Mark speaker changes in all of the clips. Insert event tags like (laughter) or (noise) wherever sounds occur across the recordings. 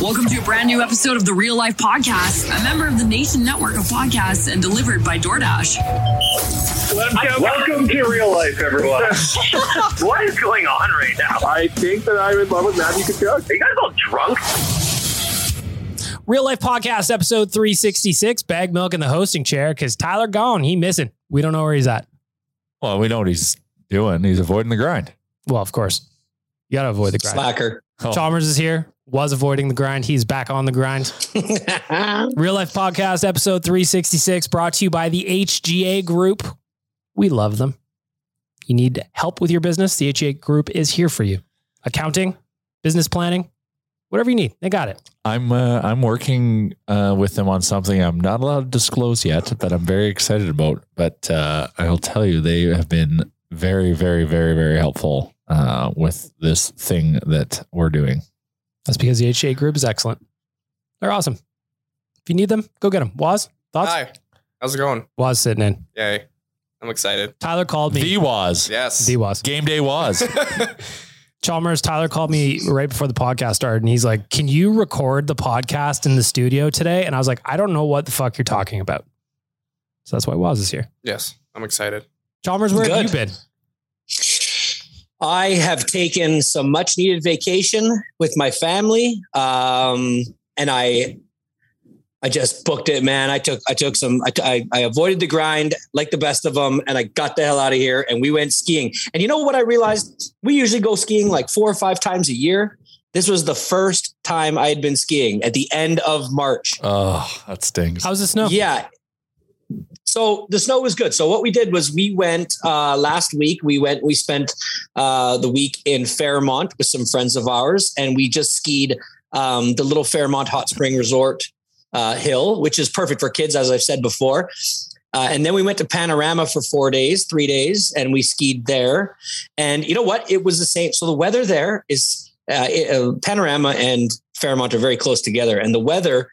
Speaker 1: Welcome to a brand new episode of the Real Life Podcast, a member of the Nation Network of podcasts and delivered by DoorDash.
Speaker 2: Welcome to real life, everyone.
Speaker 3: What is going on right now?
Speaker 2: I think that I'm in love with Matthew Kachuk.
Speaker 3: Are you guys all drunk?
Speaker 4: Real Life Podcast, episode 366, Bag Milk in the hosting chair, because Tyler gone. He missing. We don't know where he's at.
Speaker 5: Well, we know what he's doing. He's avoiding the grind.
Speaker 4: Well, of course. You got to avoid the grind.
Speaker 6: Slacker.
Speaker 5: Oh.
Speaker 4: Chalmers is here, was avoiding the grind. He's back on the grind. Real Life Podcast, episode 366, brought to you by the HGA Group. We love them. You need help with your business? The HGA Group is here for you. Accounting, business planning, whatever you need, they got it.
Speaker 5: I'm uh, I'm working uh, with them on something I'm not allowed to disclose yet that I'm very excited about. But uh, I'll tell you, they have been very, very, very, very helpful uh, with this thing that we're doing.
Speaker 4: That's because the HGA Group is excellent. They're awesome. If you need them, go get them. Waz, thoughts?
Speaker 6: Hi. How's it going?
Speaker 4: Was sitting in.
Speaker 6: Yay. I'm excited.
Speaker 4: Tyler called me.
Speaker 5: The was
Speaker 6: Yes.
Speaker 4: The was.
Speaker 5: game day was.
Speaker 7: (laughs)
Speaker 4: Chalmers, Tyler called me right before the podcast started and he's like, Can you record the podcast in the studio today? And I was like, I don't know what the fuck you're talking about. So that's why Waz is here.
Speaker 6: yes. I'm excited.
Speaker 4: Chalmers, where have
Speaker 7: Good.
Speaker 4: you been?
Speaker 7: I have taken some much needed vacation with my family. Um, and I, I just booked it, man. I took, I took some, I, I, I avoided the grind like the best of them and I got the hell out of here and we went skiing. And you know what I realized? We usually go skiing like four or five times a year. This was the first time I had been skiing at the end of March.
Speaker 5: oh, that stings.
Speaker 4: How's the snow?
Speaker 7: Yeah. So the snow was good. So what we did was we went uh, last week. We went. We spent uh, the week in Fairmont with some friends of ours, and we just skied um, the little Fairmont Hot Spring Resort uh, hill, which is perfect for kids, as I've said before. Uh, and then we went to Panorama for four days, three days, and we skied there. And you know what? It was the same. So the weather there is uh, it- uh, Panorama and Fairmont are very close together, and the weather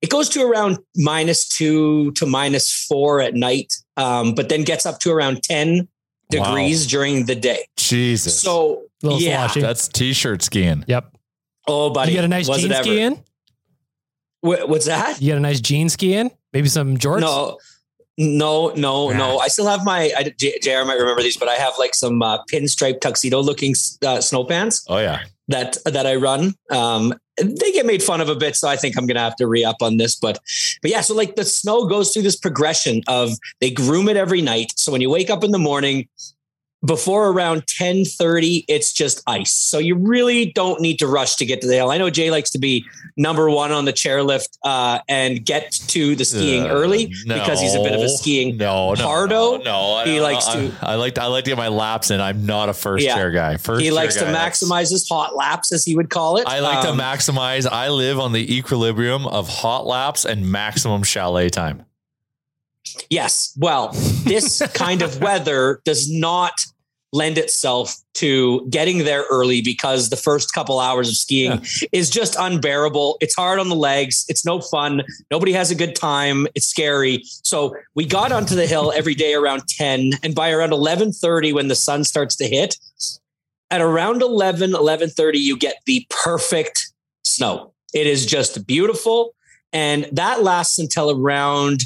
Speaker 7: it goes to around minus two to minus four at night, um, but then gets up to around ten
Speaker 5: Wow.
Speaker 7: degrees during the day.
Speaker 5: Jesus.
Speaker 7: So
Speaker 4: A little
Speaker 7: yeah,
Speaker 4: sloshy.
Speaker 5: that's t-shirt skiing.
Speaker 4: Yep.
Speaker 7: oh buddy,
Speaker 4: you got a nice
Speaker 7: was it
Speaker 4: jean
Speaker 7: ever.
Speaker 4: ski in?
Speaker 7: Wha- what's that?
Speaker 4: You got a nice jean ski in? Maybe some jorts?
Speaker 7: No, no, no,
Speaker 4: Ah.
Speaker 7: no. I still have my. I, J- Jr. might remember these, but I have like some uh, pinstripe tuxedo looking uh, snow pants
Speaker 5: Oh yeah.
Speaker 7: that that I run. Um, they get made fun of a bit. So I think I'm gonna have to re up on this. But but yeah, so like the snow goes through this progression of they groom it every night. So when you wake up in the morning, before around 10:30 it's just ice. So you really don't need to rush to get to the hill. I know Jay likes to be number 1 on the chairlift uh and get to the skiing
Speaker 5: Uh,
Speaker 7: early because he's a bit of a
Speaker 5: no,
Speaker 7: skiing
Speaker 5: no, no,
Speaker 7: hardo.
Speaker 5: No, no, I-
Speaker 7: he
Speaker 5: I-
Speaker 7: likes
Speaker 5: I-
Speaker 7: to
Speaker 5: I like to. I like to get my laps in. I'm not a first
Speaker 7: Yeah.
Speaker 5: chair guy. First,
Speaker 7: he
Speaker 5: chair
Speaker 7: likes to
Speaker 5: guy, that's-
Speaker 7: maximize his hot laps as he would call it.
Speaker 5: I like
Speaker 7: Um,
Speaker 5: to maximize. I live on the equilibrium of hot laps and maximum chalet time.
Speaker 7: Yes. Well, this kind of weather does not lend itself to getting there early because the first couple hours of skiing is just unbearable. It's hard on the legs. It's no fun. Nobody has a good time. It's scary. So we got onto the hill every day around 10 and by around 11:30 when the sun starts to hit, at around 11 11:30 you get the perfect snow. It is just beautiful and that lasts until around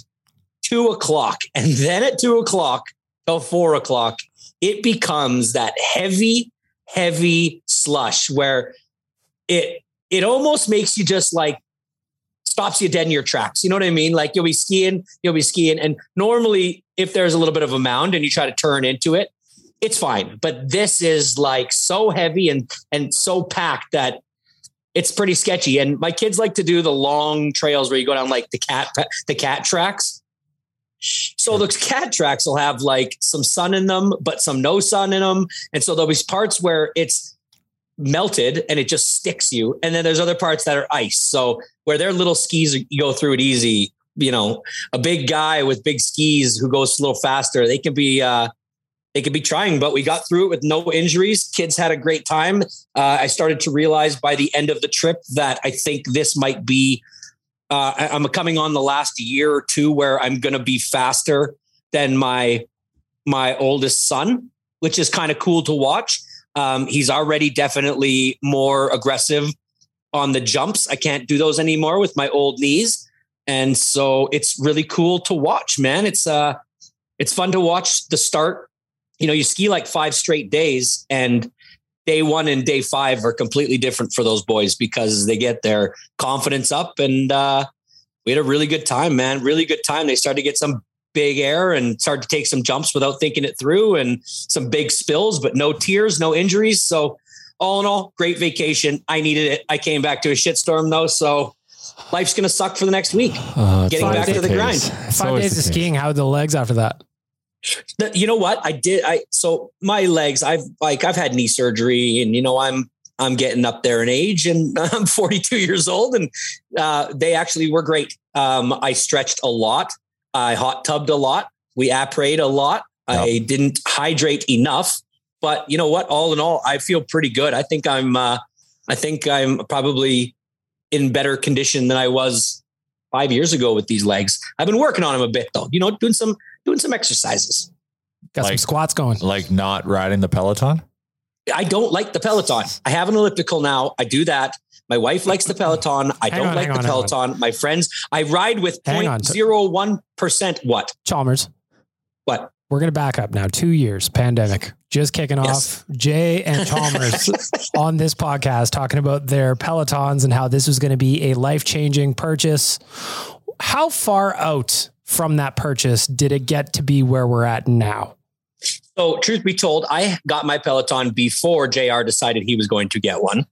Speaker 7: two o'clock. (laughs) And then at two o'clock till four o'clock, it becomes that heavy, heavy slush where it it almost makes you just like stops you dead in your tracks. You know what I mean? Like you'll be skiing, you'll be skiing. And normally if there's a little bit of a mound and you try to turn into it, it's fine. But this is like so heavy and and so packed that it's pretty sketchy. And my kids like to do the long trails where you go down like the cat the cat tracks. So the cat tracks will have like some sun in them, but some no sun in them. And so there'll be parts where it's melted and it just sticks you. And then there's other parts that are ice. So where their little skis you go through it easy, you know, a big guy with big skis who goes a little faster, they can be uh they could be trying, but we got through it with no injuries. Kids had a great time. Uh, I started to realize by the end of the trip that I think this might be uh, I- I'm coming on the last year or two where I'm going to be faster than my my oldest son, which is kind of cool to watch. Um, he's already definitely more aggressive on the jumps. I can't do those anymore with my old knees, and so it's really cool to watch, man. It's uh, it's fun to watch the start. You know, you ski like five straight days, and day one and day five are completely different for those boys because they get their confidence up and uh, we had a really good time man really good time they started to get some big air and started to take some jumps without thinking it through and some big spills but no tears no injuries so all in all great vacation i needed it i came back to a shitstorm though so life's gonna suck for the next week getting back to the grind
Speaker 4: Five days of skiing. How are the legs after that?
Speaker 7: the- you know what I did I so my legs I've like I've had knee surgery and you know I'm I'm getting up there in age and (laughs) I'm 42 years old and uh, they actually were great um, I stretched a lot I hot tubbed a lot we apprayed a lot I didn't hydrate enough but you know what all in all I feel pretty good I think I'm uh, I think I'm probably in better condition than I was five years ago with these legs. I've been working on them a bit though, you know, doing some doing some exercises.
Speaker 4: Got some squats going.
Speaker 5: Like not riding the Peloton.
Speaker 7: I don't like the Peloton. I have an elliptical now. I do that. My wife likes the Peloton. I
Speaker 4: Hang
Speaker 7: don't
Speaker 4: on,
Speaker 7: like
Speaker 4: hang
Speaker 7: the
Speaker 4: on, hang on.
Speaker 7: Peloton. My friends, I ride with
Speaker 4: Hang on.
Speaker 7: 0.01% what?
Speaker 4: Chalmers.
Speaker 7: What?
Speaker 4: We're going to back up now. Two years, pandemic, just kicking
Speaker 7: Yes.
Speaker 4: off. Jay and
Speaker 7: (laughs)
Speaker 4: Chalmers on this podcast talking about their Pelotons and how this was going to be a life changing purchase. How far out from that purchase did it get to be where we're at now?
Speaker 7: So, truth be told, I got my Peloton before JR decided he was going to get one.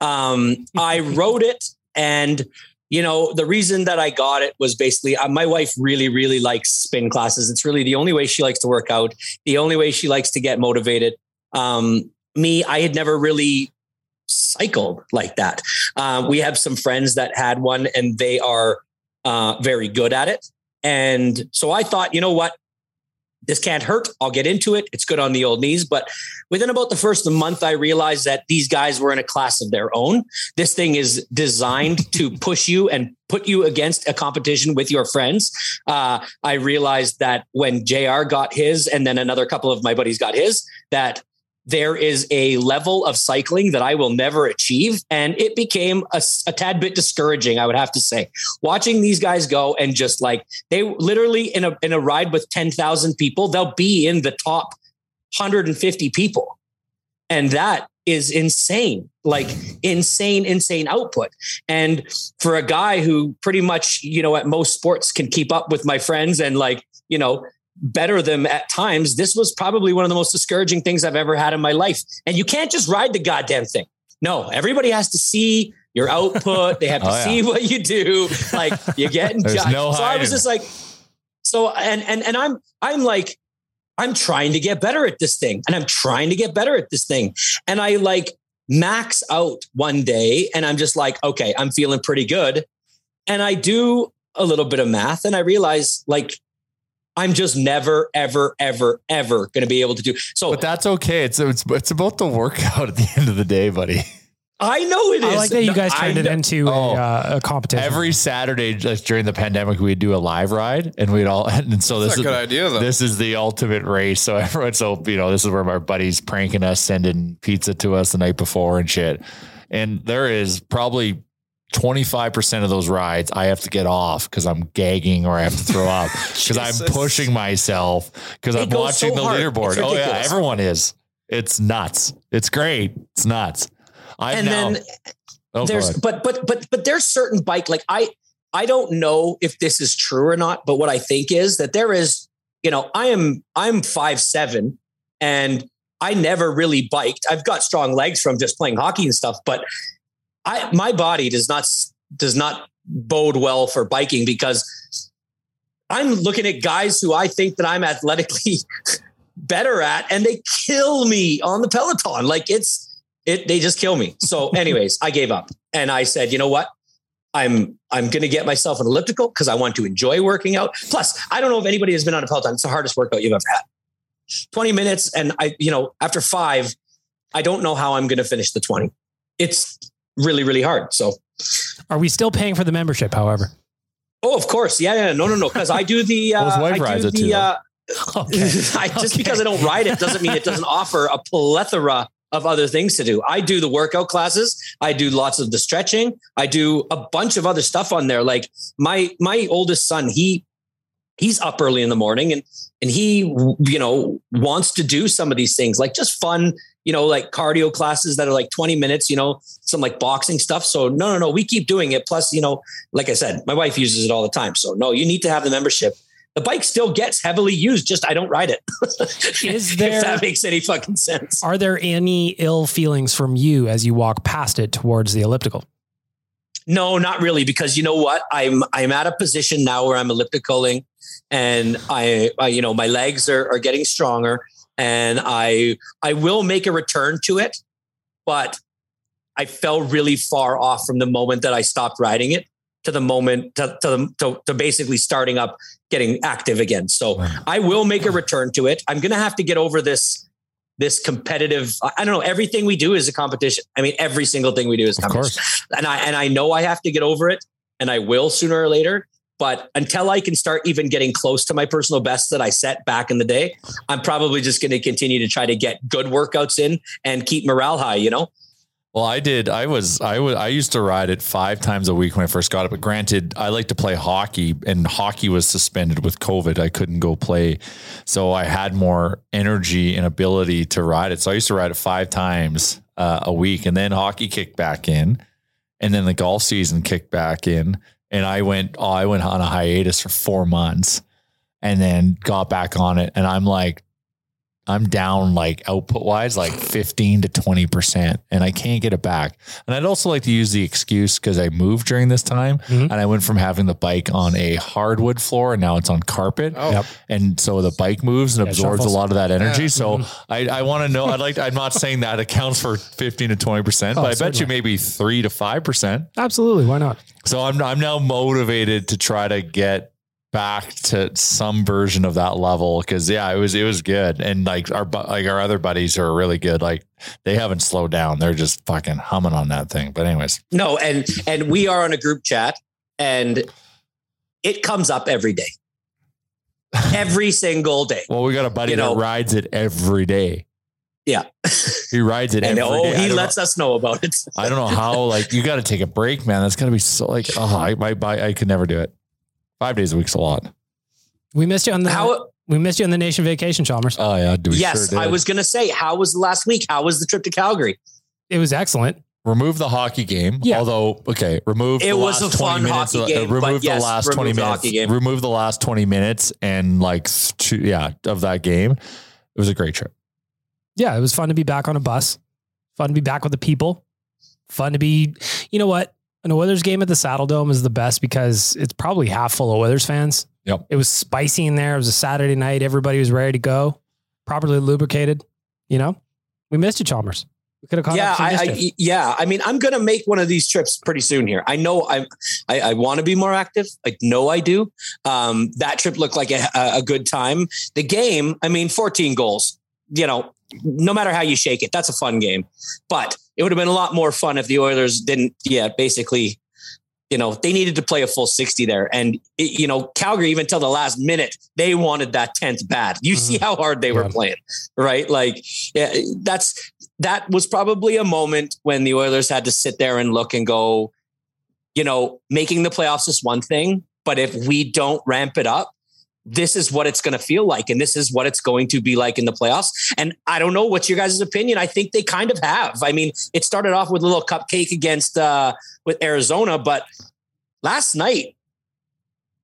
Speaker 7: Um, I rode it, and you know, the reason that I got it was basically uh, my wife really, really likes spin classes. It's really the only way she likes to work out, the only way she likes to get motivated. Um, me, I had never really cycled like that. Uh, we have some friends that had one, and they are uh, very good at it. And so I thought, you know what? this can't hurt. I'll get into it. It's good on the old knees. But within about the first month, I realized that these guys were in a class of their own. This thing is designed (laughs) to push you and put you against a competition with your friends. Uh, I realized that when JR got his, and then another couple of my buddies got his, that there is a level of cycling that I will never achieve. And it became a, s- a tad bit discouraging, I would have to say. Watching these guys go and just like they literally in a in a ride with 10,000 people, they'll be in the top 150 people. And that is insane like insane insane output and for a guy who pretty much you know at most sports can keep up with my friends and like you know better them at times this was probably one of the most discouraging things i've ever had in my life and you can't just ride the goddamn thing no everybody has to see your output they have to
Speaker 5: (laughs) Oh, yeah.
Speaker 7: see what you do like you're getting
Speaker 5: There's
Speaker 7: judged
Speaker 5: no
Speaker 7: so i
Speaker 5: hiding.
Speaker 7: was just like so and and and i'm i'm like I'm trying to get better at this thing and I'm trying to get better at this thing. And I like max out one day and I'm just like, okay, I'm feeling pretty good. And I do a little bit of math and I realize like I'm just never, ever, ever, ever going to be able to do. So
Speaker 5: But that's okay. It's it's it's about the workout at the end of the day, buddy.
Speaker 7: I know it is.
Speaker 4: I like that you guys
Speaker 7: I
Speaker 4: turned it
Speaker 7: know- Oh.
Speaker 4: into a, uh, a competition.
Speaker 5: Every Saturday, just during the pandemic, we'd do a live ride, and we'd all. (laughs) And so
Speaker 6: That's
Speaker 5: this
Speaker 6: a
Speaker 5: is
Speaker 6: good idea, though.
Speaker 5: This is the ultimate race. So (laughs) everyone, so you know, this is where my buddies pranking us, sending pizza to us the night before and shit. And there is probably twenty five percent of those rides I have to get off because I'm gagging or I have to throw up because I'm
Speaker 6: Jesus.
Speaker 5: pushing myself because
Speaker 7: It
Speaker 5: I'm
Speaker 7: goes
Speaker 5: watching the
Speaker 7: so hard.
Speaker 5: leaderboard.
Speaker 7: It's
Speaker 5: Oh yeah,
Speaker 7: ridiculous.
Speaker 5: everyone is. It's nuts. It's great. It's nuts. I've
Speaker 7: and
Speaker 5: now,
Speaker 7: then
Speaker 5: Oh, go
Speaker 7: there's
Speaker 5: ahead.
Speaker 7: but but but but there's certain bike like I I don't know if this is true or not, but what I think is that there is you know I am I'm five seven and I never really biked. I've got strong legs from just playing hockey and stuff, but I my body does not s- does not bode well for biking because I'm looking at guys who I think that I'm athletically (laughs) better at and they kill me on the peloton like it's it they just kill me so anyways i gave up and i said you know what i'm i'm going to get myself an elliptical because i want to enjoy working out plus i don't know if anybody has been on a peloton it's the hardest workout you've ever had 20 minutes and i you know after five i don't know how i'm going to finish the 20 it's really really hard so
Speaker 4: Are we still paying for the membership, however?
Speaker 7: (laughs) oh of course yeah yeah no no no because i do the uh,
Speaker 5: (laughs) Well, his wife
Speaker 7: I do
Speaker 5: rides it
Speaker 7: the,
Speaker 5: too, though.
Speaker 7: uh,
Speaker 4: Okay.
Speaker 7: (laughs) I, just
Speaker 4: Okay.
Speaker 7: because I don't ride it doesn't mean it doesn't offer a plethora of other things to do. I do the workout classes. I do lots of the stretching. I do a bunch of other stuff on there. Like my my oldest son, he he's up early in the morning and and he you know wants to do some of these things like just fun you know like cardio classes that are like 20 minutes you know some like boxing stuff so no no no we keep doing it plus you know like i said my wife uses it all the time so no you need to have the membership the bike still gets heavily used just i don't ride it
Speaker 4: Is there-
Speaker 7: if that makes any fucking sense
Speaker 4: Are there any ill feelings from you as you walk past it towards the elliptical?
Speaker 7: no not really because you know what i'm i'm at a position now where i'm ellipticaling and i, I you know my legs are, are getting stronger and i i will make a return to it but i fell really far off from the moment that i stopped riding it to the moment to to, the, to, to basically starting up getting active again so i will make a return to it i'm gonna have to get over this this competitive I- i don't know everything we do is a competition i mean every single thing we do is a
Speaker 5: Of
Speaker 7: competition
Speaker 5: course.
Speaker 7: and I and I know I have to get over it, and I will sooner or later. But until I can start even getting close to my personal best that I set back in the day, I'm probably just going to continue to try to get good workouts in and keep morale high. You know,
Speaker 5: Well, I did. I was. I was. I used to ride it five times a week when I first got it. But granted, I like to play hockey, and hockey was suspended with COVID. I couldn't go play, so I had more energy and ability to ride it. So I used to ride it five times uh, a week, and then hockey kicked back in, and then the golf season kicked back in, and I went. Oh, I went on a hiatus for four months, and then got back on it, and I'm like. I'm down like output wise, like 15 to 20%, and I can't get it back. And I'd also like to use the excuse because I moved during this time
Speaker 4: Mhm.
Speaker 5: and I went from having the bike on a hardwood floor and now it's on carpet.
Speaker 6: Oh.
Speaker 4: Yep.
Speaker 5: And so the bike moves and
Speaker 4: Yeah,
Speaker 5: absorbs a
Speaker 4: shuffles. Mm-hmm.
Speaker 5: lot of that energy.
Speaker 6: Yeah.
Speaker 5: So I, I want to know, I'd like, I'm not saying that accounts for 15 to 20%, but I bet
Speaker 4: certainly.
Speaker 5: you maybe three to 5%.
Speaker 4: Absolutely. Why not?
Speaker 5: So I'm, I'm now motivated to try to get back to some version of that level because yeah it was it was good and like our bu- like our other buddies who are really good like they haven't slowed down they're just fucking humming on that thing but anyways
Speaker 7: no, and and we are on a group chat, and it comes up
Speaker 5: (laughs)
Speaker 7: every day, every single day.
Speaker 5: well we got a buddy
Speaker 7: You know-
Speaker 5: that rides it every day
Speaker 7: Yeah.
Speaker 5: (laughs) he rides it
Speaker 7: And
Speaker 5: every day.
Speaker 7: oh,
Speaker 5: I
Speaker 7: he
Speaker 5: don't
Speaker 7: lets us know about
Speaker 5: (laughs)
Speaker 7: it.
Speaker 5: know, I don't know how like you got to take a break man that's gonna be so like oh I my, my I could never do it five days a week's a lot
Speaker 4: We missed you on the
Speaker 7: How
Speaker 4: We missed you on the nation vacation, Chalmers.
Speaker 5: Oh yeah, do
Speaker 7: yes, I was going to say, how was the last week? How was the trip to Calgary?
Speaker 4: It was excellent.
Speaker 5: Remove the hockey game. Although, okay, remove.
Speaker 7: It
Speaker 5: the
Speaker 7: was
Speaker 5: last
Speaker 7: a fun
Speaker 5: 20 minutes,
Speaker 7: hockey
Speaker 5: uh,
Speaker 7: game,
Speaker 5: remove
Speaker 7: but
Speaker 5: the
Speaker 7: yes,
Speaker 5: last
Speaker 7: remove
Speaker 5: twenty
Speaker 7: the
Speaker 5: minutes.
Speaker 7: hockey game.
Speaker 5: Remove the last twenty minutes and like th- two, yeah of that game. It was a great trip.
Speaker 4: Yeah, it was fun to be back on a bus. Fun to be back with the people. Fun to be, you know what? An Oilers game at the Saddle Dome is the best because it's probably half full of Oilers fans.
Speaker 5: Yep.
Speaker 4: It was spicy in there. It was a Saturday night. Everybody was ready to go, properly lubricated. You know, we missed you, Chalmers. We could have caught
Speaker 7: yeah,
Speaker 4: up.
Speaker 7: I,
Speaker 4: missed you.
Speaker 7: I, yeah. I mean, I'm going to make one of these trips pretty soon here. I know I'm, I, I want to be more active. I know I do. Um, that trip looked like a, a a good time. The game, I mean, 14 goals, you know, no matter how you shake it, that's a fun game, but it would have been a lot more fun if the Oilers didn't, yeah, basically, you know, they needed to play a full 60 there. And, it, you know, Calgary, even till the last minute, they wanted that 10th bad. You see how hard they were playing, right? Like, yeah, that's that was probably a moment when the Oilers had to sit there and look and go, you know, making the playoffs is one thing, but if we don't ramp it up, this is what it's going to feel like. And this is what it's going to be like in the playoffs. And I don't know what's your guys' opinion. I think they kind of have. I mean, it started off with a little cupcake against uh, with Arizona, but last night,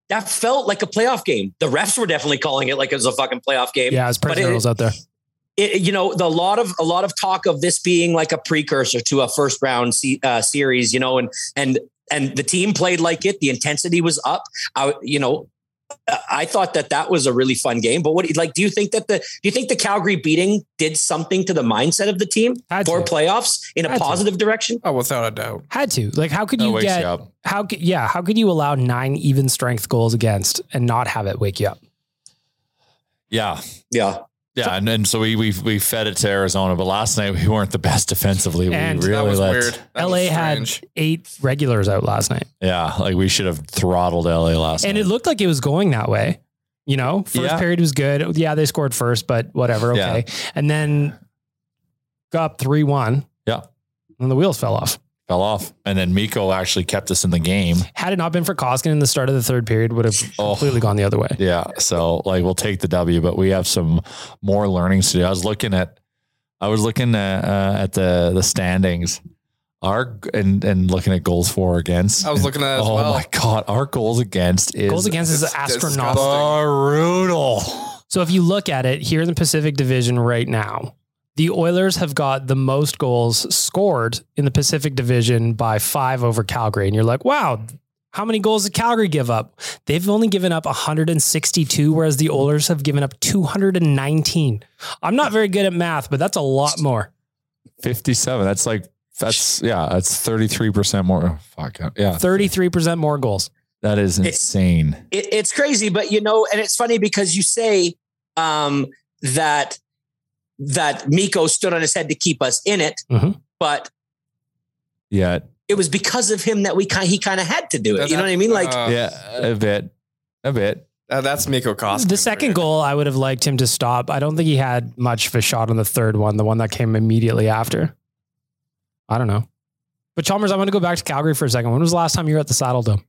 Speaker 7: that felt like a playoff game. The refs were definitely calling it like it was a fucking playoff game.
Speaker 4: yeah, it's
Speaker 7: But
Speaker 4: pretty
Speaker 7: it-
Speaker 4: girls out there.
Speaker 7: it, you know, the, a lot of a lot of talk of this being like a precursor to a first round se- uh, series, you know, and and and the team played like it. The intensity was up. I, you know, I- I thought that that was a really fun game. But what like do you think that the do you think the Calgary beating did something to the mindset of the team for playoffs in a
Speaker 4: Had to.
Speaker 7: positive direction?
Speaker 6: Oh, without a doubt.
Speaker 4: Had to. Like, how could
Speaker 5: That
Speaker 4: you
Speaker 5: wakes
Speaker 4: get
Speaker 5: you up.
Speaker 4: how? could- Yeah, how could you allow nine even strength goals against and not have it wake you up?
Speaker 5: Yeah,
Speaker 7: yeah,
Speaker 5: yeah. And, and so we we we fed it to Arizona, but last night we weren't the best defensively.
Speaker 4: And-
Speaker 5: we
Speaker 4: That
Speaker 5: really
Speaker 4: was
Speaker 5: let,
Speaker 4: weird. LA had eight regulars out last night,
Speaker 5: Yeah, like we should have throttled LA last
Speaker 4: and it looked like it was going that way. You know, first
Speaker 5: Yeah.
Speaker 4: period was good. Yeah, they scored first, but whatever. Okay, and then got up three one.
Speaker 5: Yeah.
Speaker 4: and the wheels fell off.
Speaker 5: fell off. And then Miko actually kept us in the game.
Speaker 4: Had it not been for Koskinen, the start of the third period would have
Speaker 5: Oh.
Speaker 4: completely gone the other way.
Speaker 5: Yeah. So like we'll take the W, but we have some more learnings to do. I was looking at I was looking at, uh, at the the standings. Our and and looking at goals for against.
Speaker 6: I was looking at it as
Speaker 5: oh
Speaker 6: well.
Speaker 5: my god, our goals against is
Speaker 4: Goals against is
Speaker 5: It's
Speaker 4: astronomical.
Speaker 5: Brutal.
Speaker 4: So if you look at it here in the Pacific Division right now, the Oilers have got the most goals scored in the Pacific Division by five over Calgary. And you're like, wow, how many goals did Calgary give up? They've only given up 162, whereas the Oilers have given up 219. I'm not very good at math, but that's a lot more.
Speaker 5: 57. That's like that's yeah, that's 33% more. oh, Fuck. Yeah.
Speaker 4: 33% more goals.
Speaker 5: That is insane.
Speaker 7: it, it's crazy, but you know, and it's funny because you say um, that that Miko stood on his head to keep us in it,
Speaker 4: Mhm.
Speaker 7: but
Speaker 5: Yeah.
Speaker 7: it was because of him that we kind he kind of had to do it. You know what I mean? Like,
Speaker 6: Uh,
Speaker 5: yeah, a bit. A bit.
Speaker 6: that's Miko Koskinen.
Speaker 4: The second goal, I would have liked him to stop. I don't think he had much of a shot on the third one, the one that came immediately after. I don't know. But Chalmers, I want to go back to Calgary for a second. When was the last time you were at the Saddle Dome?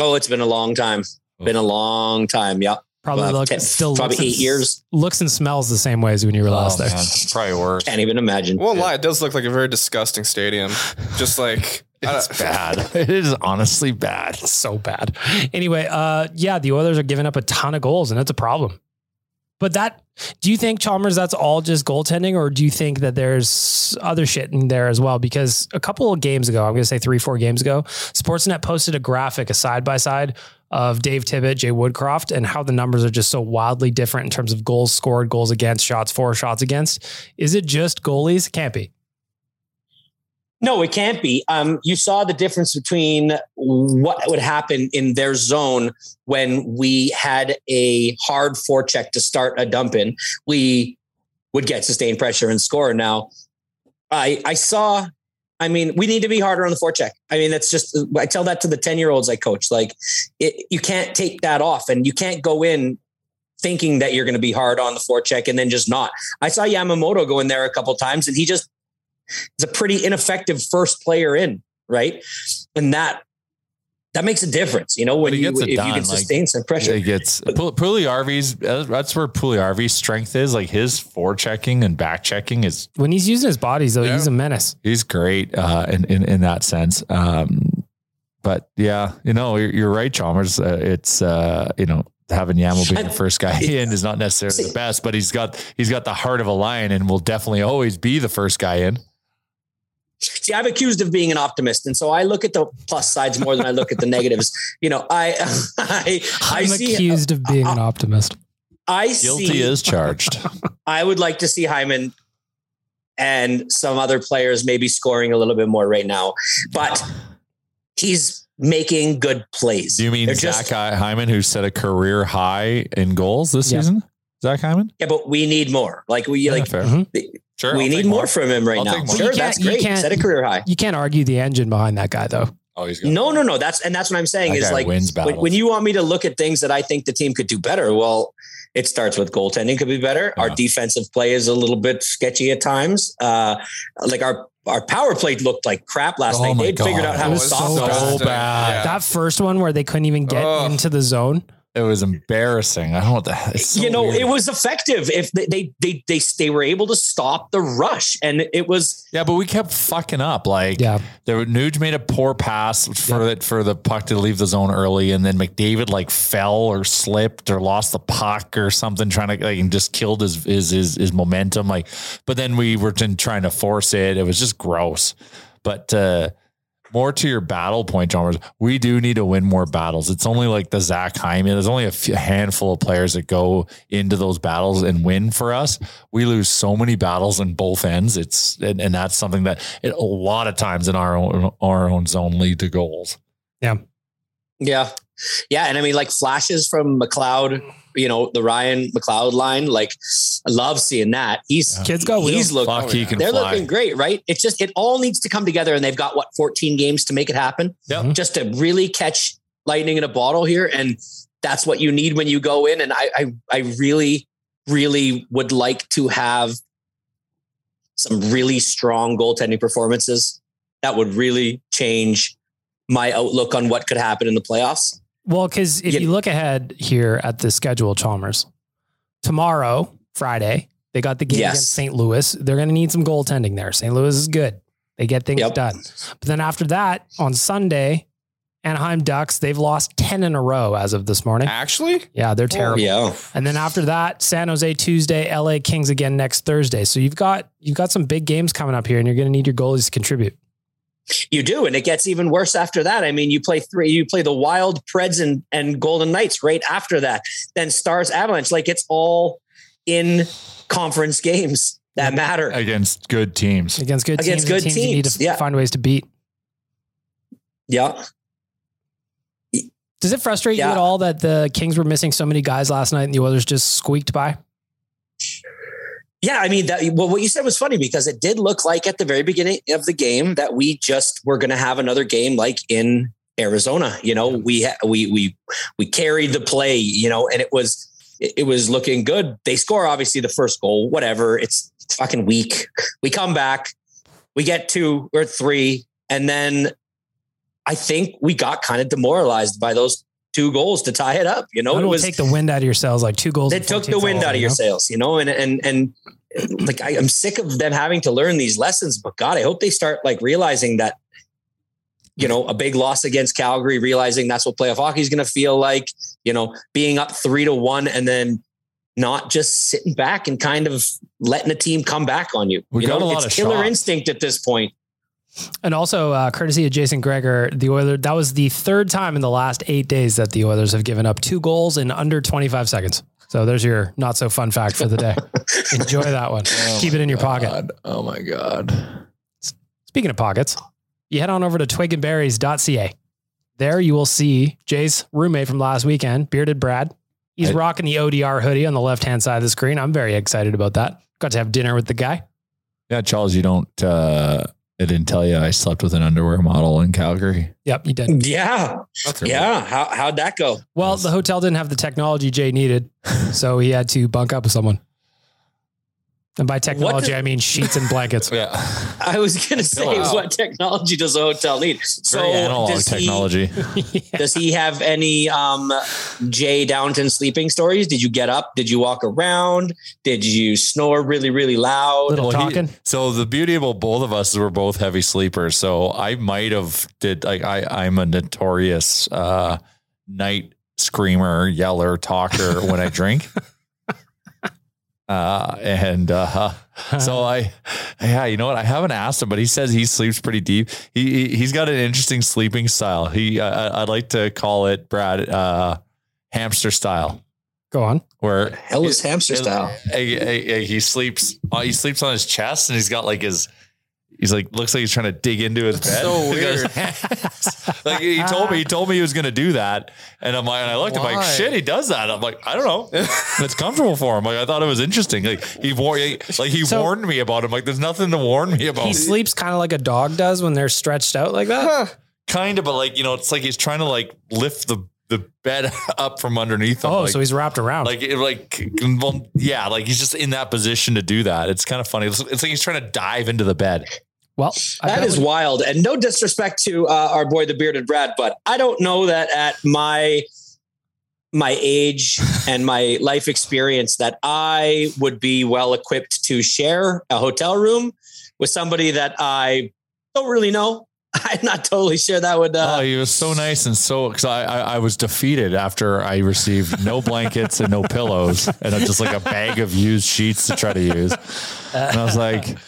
Speaker 7: oh, it's been a long time. Been a long time. Yeah,
Speaker 4: Probably
Speaker 7: Uh,
Speaker 4: look,
Speaker 7: ten-
Speaker 4: still
Speaker 7: probably
Speaker 4: looks and
Speaker 7: eight
Speaker 4: s-
Speaker 7: years.
Speaker 4: Looks and smells the same way as when you were last there.
Speaker 5: Probably worse.
Speaker 7: Can't even imagine.
Speaker 6: Well, lie. It does look like a very disgusting stadium. Just like
Speaker 5: It's bad. (laughs) It is honestly bad.
Speaker 4: So bad. Anyway, uh, yeah, the Oilers are giving up a ton of goals, and it's a problem. But that, do you think Chalmers, that's all just goaltending, or do you think that there's other shit in there as well? Because a couple of games ago, I'm going to say three, four games ago, Sportsnet posted a graphic, a side by side of Dave Tibbett, Jay Woodcroft, and how the numbers are just so wildly different in terms of goals scored, goals against, shots for, shots against. Is it just goalies? Can't be.
Speaker 7: No, it can't be. Um, you saw the difference between what would happen in their zone when we had a hard forecheck to start a dump in. We would get sustained pressure and score. Now, I I saw. I mean, we need to be harder on the forecheck. I mean, that's just I tell that to the ten year olds I coach. Like, it, you can't take that off, and you can't go in thinking that you're going to be hard on the forecheck and then just not. I saw Yamamoto go in there a couple times, and he just is a pretty ineffective first player in, right? And that that makes a difference. You know, when
Speaker 5: But it
Speaker 7: you
Speaker 5: gets it
Speaker 7: if you
Speaker 5: done,
Speaker 7: can
Speaker 5: like,
Speaker 7: sustain some pressure.
Speaker 5: It (laughs) gets Pu- Puli Arv's. That's where Puli Arv's strength is. Like his forechecking and back checking is
Speaker 4: When he's using his bodies, though, he's a menace.
Speaker 5: he's great uh, in, in in that sense. Um, but yeah, you know, you're, you're right, Chalmers. Uh, it's uh, you know having Yamo
Speaker 7: (laughs)
Speaker 5: being the first guy (laughs) in is not necessarily the best, but he's got he's got the heart of a lion and will definitely always be the first guy in.
Speaker 7: See, I'm accused of being an optimist, and so I look at the plus sides more than I look at the negatives. You know, I (laughs) I I
Speaker 4: I'm
Speaker 7: see
Speaker 4: accused of being an optimist.
Speaker 7: I
Speaker 5: Guilty
Speaker 7: see
Speaker 5: is charged.
Speaker 7: I would like to see Hyman and some other players maybe scoring a little bit more right now, but he's making good
Speaker 5: (laughs)
Speaker 7: plays.
Speaker 5: Do you mean
Speaker 7: They're
Speaker 5: Zach
Speaker 7: just-
Speaker 5: Hyman, who set a career high in goals this season? Zach Hyman.
Speaker 7: Yeah, but we need more. Like we like mm-hmm.
Speaker 5: fair. Sure,
Speaker 7: we
Speaker 5: I'll
Speaker 7: need
Speaker 5: take
Speaker 7: more,
Speaker 5: more.
Speaker 7: from him right
Speaker 5: I'll
Speaker 7: now.
Speaker 5: take more.
Speaker 7: Sure,
Speaker 5: You
Speaker 7: that's great. Set a career high.
Speaker 4: You can't argue the engine behind that guy, though.
Speaker 5: Oh, he's
Speaker 7: No, no, no. That's and that's what I'm saying
Speaker 5: That
Speaker 7: is
Speaker 5: guy
Speaker 7: like
Speaker 5: wins
Speaker 7: when,
Speaker 5: battles.
Speaker 7: when you want me to look at things that I think the team could do better. Well, it starts with goaltending could be better. Our defensive play is a little bit sketchy at times. Uh, like our our power play looked like crap last night. They'd figured out how
Speaker 5: Oh It
Speaker 7: to
Speaker 5: was
Speaker 7: stop
Speaker 5: so
Speaker 7: us.
Speaker 5: bad.
Speaker 4: That first one where they couldn't even get into the zone.
Speaker 5: It was embarrassing. I don't know what the it's so
Speaker 7: you know,
Speaker 5: weird.
Speaker 7: it was effective if they they they they, they were able to stop the rush, and it was
Speaker 5: Yeah, but we kept fucking up. Like,
Speaker 4: yeah,
Speaker 5: there, Nuge made a poor pass for it for the puck to leave the zone early, and then McDavid like fell or slipped or lost the puck or something, trying to like and just killed his his his, his momentum. Like, but then we were then trying to force it. It was just gross. But uh more to your battle point, Chalmers, we do need to win more battles. It's only like the Zach Hyman. There's only a few handful of players that go into those battles and win for us. We lose so many battles on both ends. It's and, and that's something that it, a lot of times in our own our own zone lead to goals.
Speaker 7: yeah, yeah, and I mean like flashes from McLeod, you know, the Ryan McLeod line. Like, I love seeing that. He's
Speaker 4: Kids got
Speaker 7: he's
Speaker 4: wheels.
Speaker 7: looking.
Speaker 5: Fuck, he can
Speaker 7: They're
Speaker 5: fly.
Speaker 7: looking great, right? It's just it all needs to come together, and they've got what 14 games to make it happen.
Speaker 5: Yep.
Speaker 7: Just to really catch lightning in a bottle here, and that's what you need when you go in. And I, I, I really, really would like to have some really strong goaltending performances. That would really change my outlook on what could happen in the playoffs.
Speaker 4: Well, because if
Speaker 7: Yeah.
Speaker 4: you look ahead here at the schedule, Chalmers, tomorrow, Friday, they got the game
Speaker 7: Yes.
Speaker 4: against St. Louis. They're going to need some goaltending there. St. Louis is good. They get things
Speaker 7: Yep.
Speaker 4: done. But then after that, on Sunday, Anaheim Ducks, they've lost 10 in a row as of this morning.
Speaker 7: Ah.
Speaker 6: Actually,
Speaker 4: Yeah, they're terrible.
Speaker 7: Yeah.
Speaker 4: And then after that, San Jose Tuesday, LA Kings again next Thursday. So you've got you've got some big games coming up here and you're going to need your goalies to contribute.
Speaker 7: You do, and it gets even worse after that. I mean, you play three, you play the Wild, Preds, and and Golden Knights right after that. Then Stars, Avalanche, like it's all in conference games that matter.
Speaker 5: against good teams.
Speaker 4: Against good
Speaker 7: Against
Speaker 4: teams, and
Speaker 7: good
Speaker 4: teams, you need to
Speaker 7: teams, yeah.
Speaker 4: find ways to beat.
Speaker 7: Yeah,
Speaker 4: Does it frustrate you
Speaker 7: Yeah.
Speaker 4: at all that the Kings were missing so many guys last night and the Oilers just squeaked by?
Speaker 7: yeah. I mean, that well, what you said was funny because it did look like at the very beginning of the game that we just were going to have another game like in Arizona. You know, we ha- we we we carried the play. You know, and it was it it was looking good. They score obviously the first goal. Whatever, it's fucking weak. We come back. we get two or three and then i think we got kind of demoralized by those two goals to tie it up you know
Speaker 4: That
Speaker 7: it
Speaker 4: will
Speaker 7: was
Speaker 4: take the wind out of your sails, like two goals.
Speaker 7: it
Speaker 4: and
Speaker 7: took
Speaker 4: 14
Speaker 7: the wind
Speaker 4: fouls,
Speaker 7: out of
Speaker 4: you
Speaker 7: your
Speaker 4: know?
Speaker 7: sails you know and and and like I, i'm sick of them having to learn these lessons but god i hope they start like realizing that you know a big loss against calgary realizing that's what playoff hockey is going to feel like you know being up three to one and then not just sitting back and kind of letting a team come back on you.
Speaker 5: We
Speaker 7: you
Speaker 5: got
Speaker 7: know,
Speaker 5: a lot
Speaker 7: it's
Speaker 5: of
Speaker 7: killer
Speaker 5: shots.
Speaker 7: instinct at this point.
Speaker 4: And also, uh, courtesy of Jason Greger, the Oilers, that was the third time in the last eight days that the Oilers have given up two goals in under 25 seconds. So there's your not so fun fact for the day. Enjoy that one. Keep it in your pocket.
Speaker 5: Oh my god.
Speaker 4: Speaking of pockets, you head on over to twigandberries.ca. There you will see Jay's roommate from last weekend, Bearded Brad. He's
Speaker 5: I-
Speaker 4: rocking the ODR hoodie on the left hand side of the screen. I'm very excited about that. Got to have dinner with the guy.
Speaker 5: Yeah, Charles, you don't. uh I didn't tell you I slept with an underwear model in Calgary.
Speaker 4: Yep, you did.
Speaker 7: Yeah. Yeah. How, how'd that go?
Speaker 4: Well, the hotel didn't have the technology Jay needed, so he had to bunk up with someone. And by technology, I mean sheets and
Speaker 5: (laughs)
Speaker 4: blankets.
Speaker 5: yeah.
Speaker 7: I was going to say,
Speaker 5: Pillows.
Speaker 7: (laughs) what technology does a hotel need? So
Speaker 5: Very analog
Speaker 7: does he-
Speaker 5: technology.
Speaker 7: (laughs) Does he have any um, Jay Downton sleeping stories? Did you get up? Did you walk around? Did you snore really, really loud?
Speaker 5: Well, he- so the beauty about both of us is we're both heavy sleepers. So I might have did like I I'm a notorious uh, night screamer, yeller, talker when I drink. Uh, and uh, so I, yeah, you know what? I haven't asked him, but he says he sleeps pretty deep. He, he he's got an interesting sleeping style. He uh, I'd like to call it Brad uh, hamster style
Speaker 4: Go on.
Speaker 5: where
Speaker 7: hell is hamster style?
Speaker 5: Hey, hey, hey, he sleeps. uh, He sleeps on his chest, and he's got like his. He's like looks like he's trying to dig into his bed. (laughs)
Speaker 6: so
Speaker 5: He's got his
Speaker 6: weird.
Speaker 5: hands- (laughs) like he told me, he told me he was going to do that, and I'm like, and I looked, at I'm like,
Speaker 6: Why?
Speaker 5: shit, he does that. I'm like, I don't know. It's comfortable for him. Like I thought it was interesting. Like he warned, like he
Speaker 4: So-
Speaker 5: warned me about him. Like there's nothing to warn me about.
Speaker 4: He sleeps kind of like a dog does when they're stretched out like that.
Speaker 5: kind of, but like you know, it's like he's trying to like lift the the bed (laughs) up from underneath him.
Speaker 4: Oh,
Speaker 5: like,
Speaker 4: so he's wrapped around.
Speaker 5: Like, it- like, well, yeah, like he's just in that position to do that. It's kind of funny. It's, it's like he's trying to dive into the bed.
Speaker 4: well, I
Speaker 7: That
Speaker 4: bet
Speaker 7: is
Speaker 4: we-
Speaker 7: wild. And no disrespect to uh, our boy, the bearded Brad, but I don't know that at my my (laughs) age and my life experience that I would be well equipped to share a hotel room with somebody that I don't really know. (laughs) I'm not totally sure that would. Uh,
Speaker 5: oh, he was so nice and so. Because I, I, I was defeated after I received no blankets and no pillows and just like a bag of used sheets to try to use. And I was like, I'm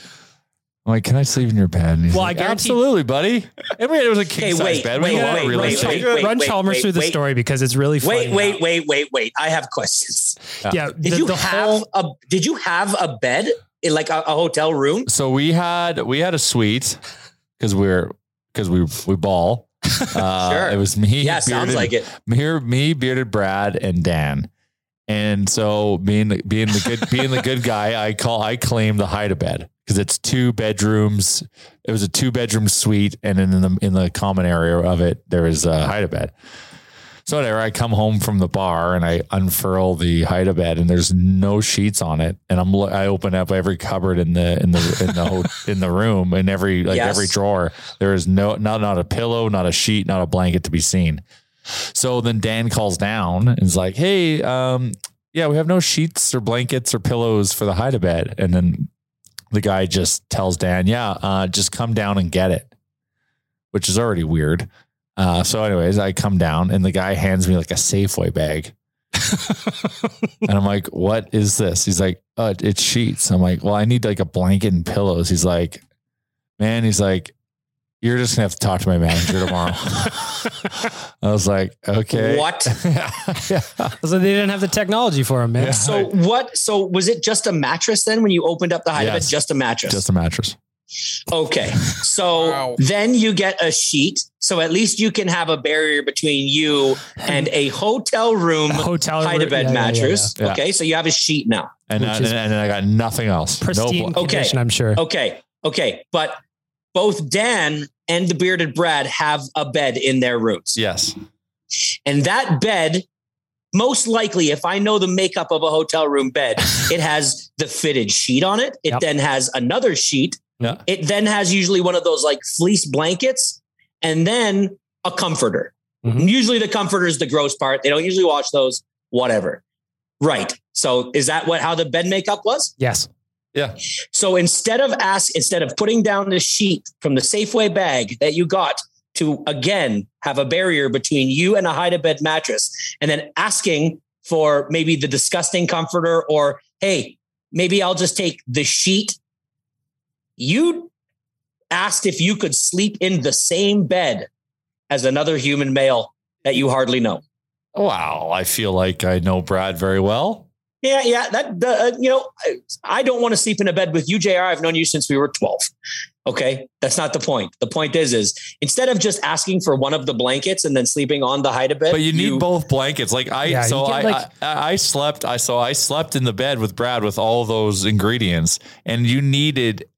Speaker 5: like, can I sleep in your bed? And he's
Speaker 4: Well, I
Speaker 5: like,
Speaker 4: guarantee-
Speaker 5: absolutely, buddy. And we had, it was a king
Speaker 7: Hey,
Speaker 5: size
Speaker 7: wait,
Speaker 5: bed. We
Speaker 7: wait,
Speaker 5: got
Speaker 7: wait,
Speaker 5: really
Speaker 7: wait,
Speaker 5: sick.
Speaker 7: wait, wait,
Speaker 4: Run
Speaker 7: wait,
Speaker 4: Chalmers
Speaker 7: wait,
Speaker 4: through the
Speaker 7: wait.
Speaker 4: story because it's really funny.
Speaker 7: wait, wait, wait, wait, wait. I have questions.
Speaker 4: Yeah.
Speaker 7: Did
Speaker 4: the-
Speaker 7: you
Speaker 4: the
Speaker 7: have
Speaker 4: whole-
Speaker 7: a? Did you have a bed in like a, a hotel room?
Speaker 5: So we had we had a suite because we're because we we
Speaker 7: (laughs)
Speaker 5: ball. Uh,
Speaker 7: Sure.
Speaker 5: It was me.
Speaker 7: yeah, sounds
Speaker 5: Bearded-
Speaker 7: like it.
Speaker 5: me, me, bearded Brad, and Dan. And so being the, being the good being the good guy, I call I claim the hide a bed because it's two bedrooms. It was a two bedroom suite, and then in the in the common area of it, there is a hide a bed. So whatever, I come home from the bar and I unfurl the hide a bed, and there's no sheets on it. And I'm lo- I open up every cupboard in the in the in the ho- in the room and every like
Speaker 7: Yes.
Speaker 5: every drawer. There is no not not a pillow, not a sheet, not a blanket to be seen. So then Dan calls down and is like, "Hey, um, yeah, we have no sheets or blankets or pillows for the hide a bed." And then the guy just tells Dan, "Yeah, uh, just come down and get it," which is already weird. Uh, so, anyways, I come down and the guy hands me like a Safeway bag. and I'm like, what is this? He's like, uh, it's sheets. I'm like, well, I need like a blanket and pillows. He's like, man, he's like, you're just gonna have to talk to my manager tomorrow. I was like, okay.
Speaker 7: What?
Speaker 5: (laughs) yeah.
Speaker 4: So they didn't have the technology for him, man.
Speaker 5: Yeah.
Speaker 4: (laughs)
Speaker 7: So what? So was it just a mattress then when you opened up the hide
Speaker 5: Yes.
Speaker 7: bed? Just a mattress.
Speaker 5: Just a mattress.
Speaker 7: okay. So
Speaker 6: Wow.
Speaker 7: then you get a sheet. So at least you can have a barrier between you and a hotel
Speaker 4: (laughs)
Speaker 7: room
Speaker 4: A hotel
Speaker 7: hide a
Speaker 4: room-
Speaker 7: bed
Speaker 4: yeah, yeah, yeah,
Speaker 7: mattress.
Speaker 5: yeah. Yeah.
Speaker 7: Okay. So you have a sheet now.
Speaker 5: And,
Speaker 4: Which
Speaker 5: I,
Speaker 4: is-
Speaker 5: and then I got nothing else.
Speaker 4: yeah. Pristine
Speaker 5: No, bl-
Speaker 7: Okay.
Speaker 4: condition, I'm sure.
Speaker 7: Okay. Okay. But both Dan and the bearded Brad have a bed in their rooms.
Speaker 5: yes.
Speaker 7: And that bed, most likely, if I know the makeup of a hotel room bed, it has the fitted sheet on it. It
Speaker 4: Yep.
Speaker 7: then has another sheet.
Speaker 5: Yeah.
Speaker 7: It then has usually one of those like fleece blankets and then a comforter.
Speaker 4: Mhm.
Speaker 7: Usually the comforter is the gross part. They don't usually wash those, whatever. Right. So is that what how the bed makeup was?
Speaker 4: Yes.
Speaker 7: So instead of ask, instead of putting down the sheet from the Safeway bag that you got to again have a barrier between you and a hide a bed mattress, and then asking for maybe the disgusting comforter or hey, maybe I'll just take the sheet. You asked if you could sleep in the same bed as another human male that you hardly know.
Speaker 5: Wow. I feel like I know Brad very well.
Speaker 7: Yeah, yeah. That the, uh, you know, I- I don't want to sleep in a bed with you, Jr. I've known you since we were twelve. Okay, that's not the point. The point is, is instead of just asking for one of the blankets and then sleeping on the hide a bed,
Speaker 5: But you need both blankets. Like I,
Speaker 4: Yeah,
Speaker 5: so
Speaker 4: you
Speaker 5: I,
Speaker 4: get, like-
Speaker 5: I, I slept. I so I slept in the bed with Brad with all those ingredients, and you needed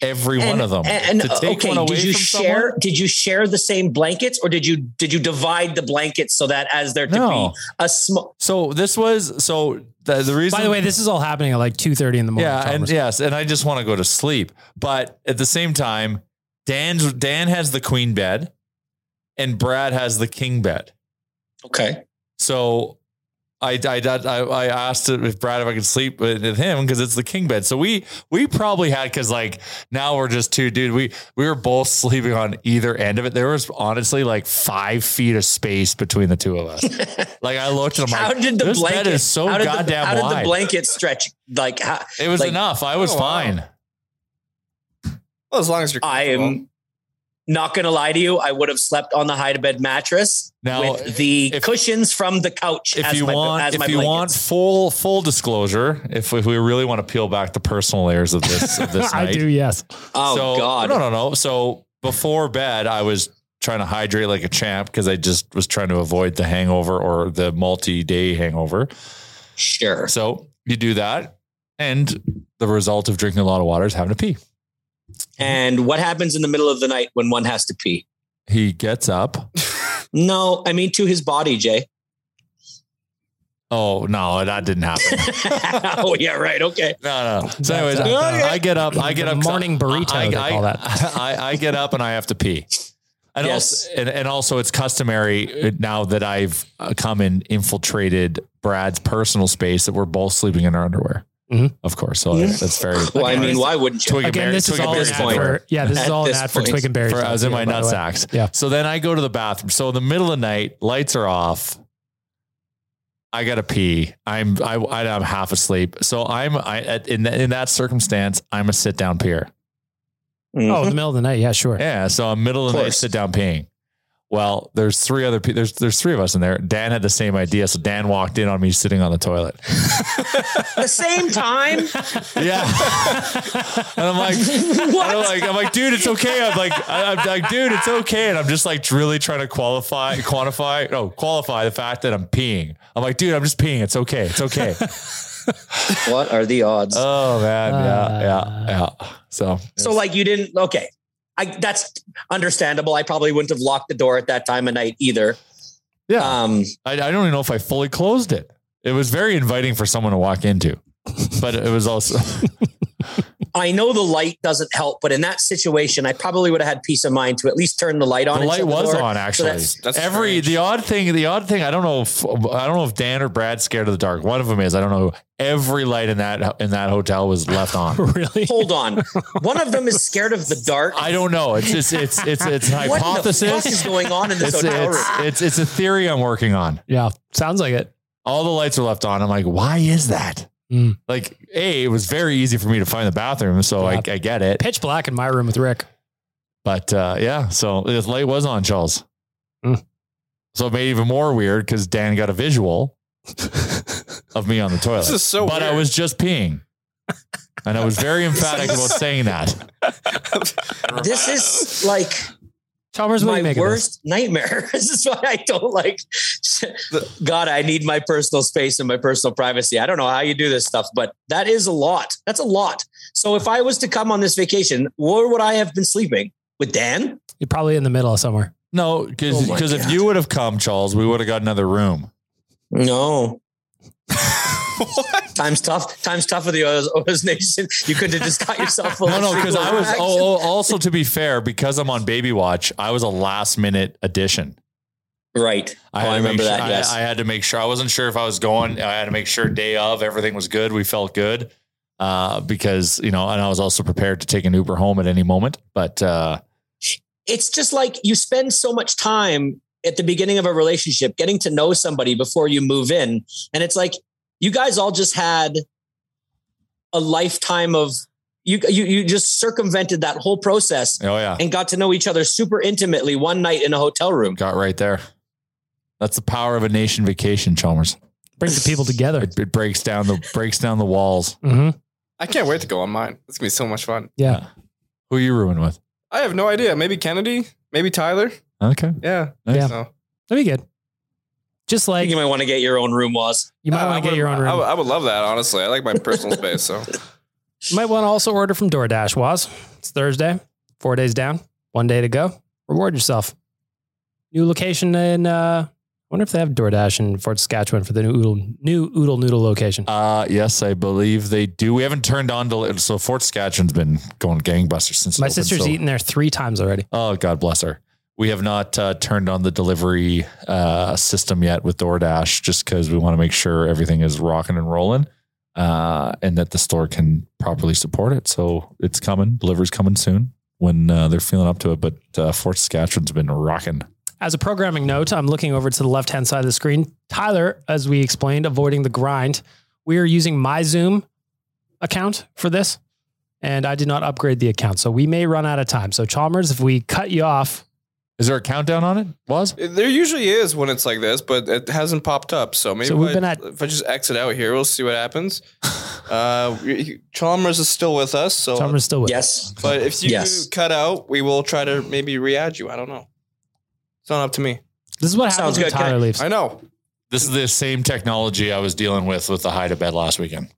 Speaker 5: every
Speaker 7: And-
Speaker 5: one of them.
Speaker 7: And,
Speaker 5: to take
Speaker 7: okay,
Speaker 5: one away
Speaker 7: did you
Speaker 5: from
Speaker 7: share?
Speaker 5: someone?
Speaker 7: Did you share the same blankets, or did you did you divide the blankets so that as there to
Speaker 5: No.
Speaker 7: be a small?
Speaker 5: So this was so the, the reason.
Speaker 4: By the way, this is all happening at like two thirty in the morning.
Speaker 5: yeah, and
Speaker 4: Chalmers.
Speaker 5: yes, and I just want to go to sleep. But at the same time, Dan's Dan has the queen bed, and Brad has the king bed.
Speaker 7: Okay.
Speaker 5: So I I I, I asked if Brad if I could sleep with him because it's the king bed. So we we probably had because like now we're just two dude. We we were both sleeping on either end of it. There was honestly like five feet of space between the two of
Speaker 7: (laughs)
Speaker 5: us. like I looked and I'm
Speaker 7: How
Speaker 5: like,
Speaker 7: did the
Speaker 5: this
Speaker 7: blanket?
Speaker 5: bed is so
Speaker 7: how did the-
Speaker 5: goddamn
Speaker 7: How did
Speaker 5: wide.
Speaker 7: the blanket stretch? Like how,
Speaker 5: it was
Speaker 7: like,
Speaker 5: enough. I was
Speaker 7: Oh, wow.
Speaker 5: fine.
Speaker 6: Well, as long as you're.
Speaker 7: I am not going to lie to you. I would have slept on the hide bed mattress
Speaker 5: Now,
Speaker 7: with the cushions from the couch.
Speaker 5: if
Speaker 7: as
Speaker 5: you
Speaker 7: my,
Speaker 5: want
Speaker 7: as
Speaker 5: if
Speaker 7: my
Speaker 5: you
Speaker 7: blanket.
Speaker 5: want full full disclosure if, if we really want to peel back the personal layers of this of
Speaker 7: (laughs)
Speaker 5: this
Speaker 4: (laughs)
Speaker 5: night
Speaker 4: I do. Yes.
Speaker 7: Oh
Speaker 5: so,
Speaker 7: God!
Speaker 5: No, no, no. So before bed, I was trying to hydrate like a champ because I just was trying to avoid the hangover or the multi-day hangover.
Speaker 7: Sure.
Speaker 5: So you do that, and the result of drinking a lot of water is having to pee.
Speaker 7: And what happens in the middle of the night when one has to pee?
Speaker 5: He gets up.
Speaker 7: No, I mean to his body, Jay. (laughs)
Speaker 5: Oh no, that didn't
Speaker 7: (laughs)
Speaker 5: happen.
Speaker 7: oh yeah, right. Okay.
Speaker 5: No, no. So, anyways,
Speaker 4: That's, uh,
Speaker 5: I get up.
Speaker 4: (laughs)
Speaker 5: I
Speaker 4: the
Speaker 5: get up.
Speaker 4: morning burrito,
Speaker 5: I,
Speaker 4: they
Speaker 5: I,
Speaker 4: call that.
Speaker 5: I, (laughs) I get up and I have to pee. And,
Speaker 7: Yes.
Speaker 5: also, and, and also, it's customary uh, now that I've uh, come and infiltrated Brad's personal space that we're both sleeping in our underwear.
Speaker 4: Mhm.
Speaker 5: Of course. So that's
Speaker 4: (laughs)
Speaker 5: very.
Speaker 7: Hmm? Well, I mean, why wouldn't you?
Speaker 5: Twig and
Speaker 4: Again,
Speaker 5: berry-
Speaker 4: this is
Speaker 5: twig and
Speaker 4: all an
Speaker 5: berry
Speaker 4: ad
Speaker 5: point.
Speaker 4: for yeah. This is
Speaker 7: At
Speaker 4: all an
Speaker 7: this
Speaker 4: ad for
Speaker 7: point.
Speaker 4: twig and berry.
Speaker 5: For, I was in
Speaker 4: nutsacks.
Speaker 5: my nut sacks.
Speaker 4: Yeah.
Speaker 5: So then I go to the bathroom. So in the middle of the night, lights are off. I gotta pee. I'm I, I am half asleep. So I'm I at- in in that circumstance, I'm a sit down peer.
Speaker 4: Oh, in the middle of the night. Yeah, sure.
Speaker 5: Yeah. So I'm middle of the
Speaker 7: Of
Speaker 5: night
Speaker 7: course.
Speaker 5: sit down peeing. Well, there's three other pe- there's there's three of us in there. Dan had the same idea, so Dan walked in on me sitting on the toilet.
Speaker 7: the same time.
Speaker 5: (laughs) Yeah. and I'm like, and I'm like, I'm like, dude, it's okay. I'm like, I- I'm like, dude, it's okay. And I'm just like really trying to qualify, quantify, no, qualify the fact that I'm peeing. I'm like, dude, I'm just peeing. It's okay. It's okay.
Speaker 7: What are the odds?
Speaker 5: oh man. Yeah. Yeah. Yeah. So,
Speaker 7: so like you didn't. Okay, I that's understandable. I probably wouldn't have locked the door at that time of night either.
Speaker 5: yeah,
Speaker 7: Um,
Speaker 5: I, I don't even know if I fully closed it. It was very inviting for someone to walk into, but it was also,
Speaker 7: I know the light doesn't help, but in that situation, I probably would have had peace of mind to at least turn the light on.
Speaker 5: the
Speaker 7: and
Speaker 5: light
Speaker 7: shut
Speaker 5: was
Speaker 7: door.
Speaker 5: on
Speaker 7: So
Speaker 5: actually.
Speaker 7: that's-
Speaker 6: that's
Speaker 5: Every
Speaker 6: strange.
Speaker 5: the odd thing, the odd thing. I don't know. If, I don't know if Dan or Brad scared of the dark. One of them is. I don't know. Every light in that in that hotel was left
Speaker 7: (laughs)
Speaker 4: (laughs)
Speaker 5: on.
Speaker 4: Really?
Speaker 7: hold on. One of them is scared of the dark.
Speaker 5: I don't know. It's just it's it's it's an
Speaker 7: what What is
Speaker 5: hypothesis.
Speaker 7: going on in this
Speaker 5: It's,
Speaker 7: hotel room?
Speaker 5: it's it's it's a theory I'm working on.
Speaker 4: Yeah. Sounds like it.
Speaker 5: All the lights are left on. I'm like, why is that?
Speaker 7: Hmm.
Speaker 4: Mm.
Speaker 5: Like, a it was very easy for me to find the bathroom, so I,
Speaker 4: Yeah.
Speaker 5: I get it.
Speaker 4: Pitch black in my room with Rick.
Speaker 5: But uh, yeah, so the light was on Charles.
Speaker 7: Hmm.
Speaker 4: Mm.
Speaker 5: So it made it even more weird because Dan got a
Speaker 7: (laughs)
Speaker 5: visual of me on the toilet.
Speaker 6: This is so
Speaker 5: But I
Speaker 6: weird.
Speaker 5: was just peeing, and I was very emphatic about saying that.
Speaker 7: This is like
Speaker 4: Chalmers, what do you
Speaker 7: my
Speaker 4: make of this?
Speaker 7: worst nightmare. (laughs) this is why I don't like. God, I need my personal space and my personal privacy. I don't know how you do this stuff, but that is a lot. That's a lot. So if I was to come on this vacation, where would I have been sleeping? With Dan?
Speaker 4: You're probably in the middle of somewhere.
Speaker 5: No, because
Speaker 7: Oh my
Speaker 5: if
Speaker 7: God.
Speaker 5: you would have come, Charles, we would have got another room. (laughs)
Speaker 7: No. Time's tough. Time's tough for the Oz, Oz Nation. You could have just
Speaker 5: (laughs)
Speaker 7: got yourself. a
Speaker 5: No, no, because I was.
Speaker 7: relax.
Speaker 5: Oh, oh, also to be fair, because I'm on baby watch, I was a last minute addition.
Speaker 7: right.
Speaker 5: I,
Speaker 7: oh,
Speaker 5: had
Speaker 7: I
Speaker 5: to make
Speaker 7: remember
Speaker 5: sure-
Speaker 7: that.
Speaker 5: I-
Speaker 7: yes.
Speaker 5: I, had to make sure. I wasn't sure if I was going. I had to make sure day of everything was good. We felt good uh, because you know, and I was also prepared to take an Uber home at any moment. But uh,
Speaker 7: it's just like you spend so much time at the beginning of a relationship getting to know somebody before you move in and it's like you guys all just had a lifetime of you you, you just circumvented that whole process
Speaker 5: oh yeah,
Speaker 7: and got to know each other super intimately one night in a hotel room
Speaker 5: got right there. That's the power of a nation vacation, Chalmers.
Speaker 4: Brings the people together.
Speaker 5: It, it breaks down the breaks down the walls.
Speaker 4: hmm
Speaker 6: I can't wait to go on mine. It's gonna be so much fun.
Speaker 4: Yeah.
Speaker 5: Who are you rooming with?
Speaker 6: I have no idea. Maybe Kennedy. Maybe Tyler.
Speaker 5: Okay,
Speaker 6: Yeah.
Speaker 4: Yeah.
Speaker 6: So,
Speaker 4: That'd be good. Just
Speaker 7: I
Speaker 4: like
Speaker 7: think you
Speaker 4: you
Speaker 7: might want to get your own room was
Speaker 4: might
Speaker 6: Uh, I
Speaker 4: want to
Speaker 6: would-
Speaker 4: get your own
Speaker 6: I,
Speaker 4: room.
Speaker 6: would- I would love that. Honestly, I like my personal space. So
Speaker 4: You might want to also order from DoorDash, Waz. It's Thursday, four days down, one day to go. Reward yourself. New location in, uh, I wonder if they have DoorDash in Fort Saskatchewan for the new Oodle, new Oodle Noodle location.
Speaker 5: Uh, yes, I believe they do. We haven't turned on to so Fort Saskatchewan's been going gangbusters since it
Speaker 4: My
Speaker 5: opened,
Speaker 4: sister's
Speaker 5: so-
Speaker 4: eaten there three times already.
Speaker 5: Oh God bless her. We have not uh, turned on the delivery uh, system yet with DoorDash, just because we want to make sure everything is rocking and rolling, uh, and that the store can properly support it. So it's coming. Delivery's coming soon when uh, they're feeling up to it. But uh, Fort Saskatchewan's been rocking.
Speaker 4: As a programming note, I'm looking over to the left hand side of the screen. Tyler, as we explained, avoiding the grind, we are using my Zoom account for this, and I did not upgrade the account. So we may run out of time. So, Chalmers, if we cut you off.
Speaker 5: Is there a countdown on it? Was?
Speaker 6: (laughs) There usually is when it's like this, but it hasn't popped up. So maybe
Speaker 4: So
Speaker 6: if,
Speaker 4: we've
Speaker 6: I,
Speaker 4: been at-
Speaker 6: if I just exit out here, we'll see what (laughs) happens. uh, we- Chalmers is still with us. So
Speaker 4: Chalmers is still with
Speaker 7: Yes.
Speaker 6: But if you
Speaker 7: Yes.
Speaker 6: cut out, we will try to maybe re-add you. I don't know. It's not up to me.
Speaker 4: This is what
Speaker 7: Sounds happens when good, Tyler okay. leaves.
Speaker 6: I know.
Speaker 5: This is the same technology I was dealing with with the high to bed last weekend.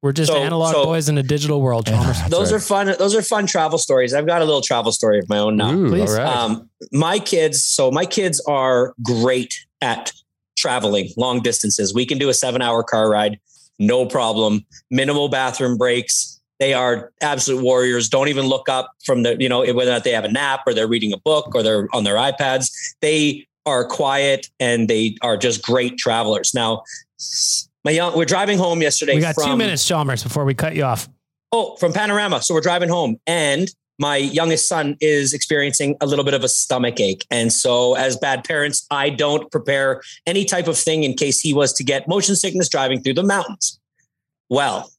Speaker 4: We're just
Speaker 7: So-
Speaker 4: analog
Speaker 7: so-
Speaker 4: boys in a digital world, Chalmers.
Speaker 7: those
Speaker 5: right.
Speaker 7: are fun. Those are fun travel stories. I've got a little travel story of my own now.
Speaker 5: Ooh,
Speaker 4: Please.
Speaker 5: all right.
Speaker 7: Um, my kids, so my kids are great at traveling long distances. We can do a seven hour car ride, no problem. Minimal bathroom breaks. They are absolute warriors. Don't even look up from the, you know, whether or not they have a nap or they're reading a book or they're on their iPads. They are quiet and they are just great travelers. Now, my young, we're driving home yesterday.
Speaker 4: we got two
Speaker 7: from-
Speaker 4: minutes, Chalmers, before we cut you off.
Speaker 7: Oh, from Panorama. So we're driving home and my youngest son is experiencing a little bit of a stomach ache. And so as bad parents, I don't prepare any type of thing in case he was to get motion sickness driving through the mountains. Well,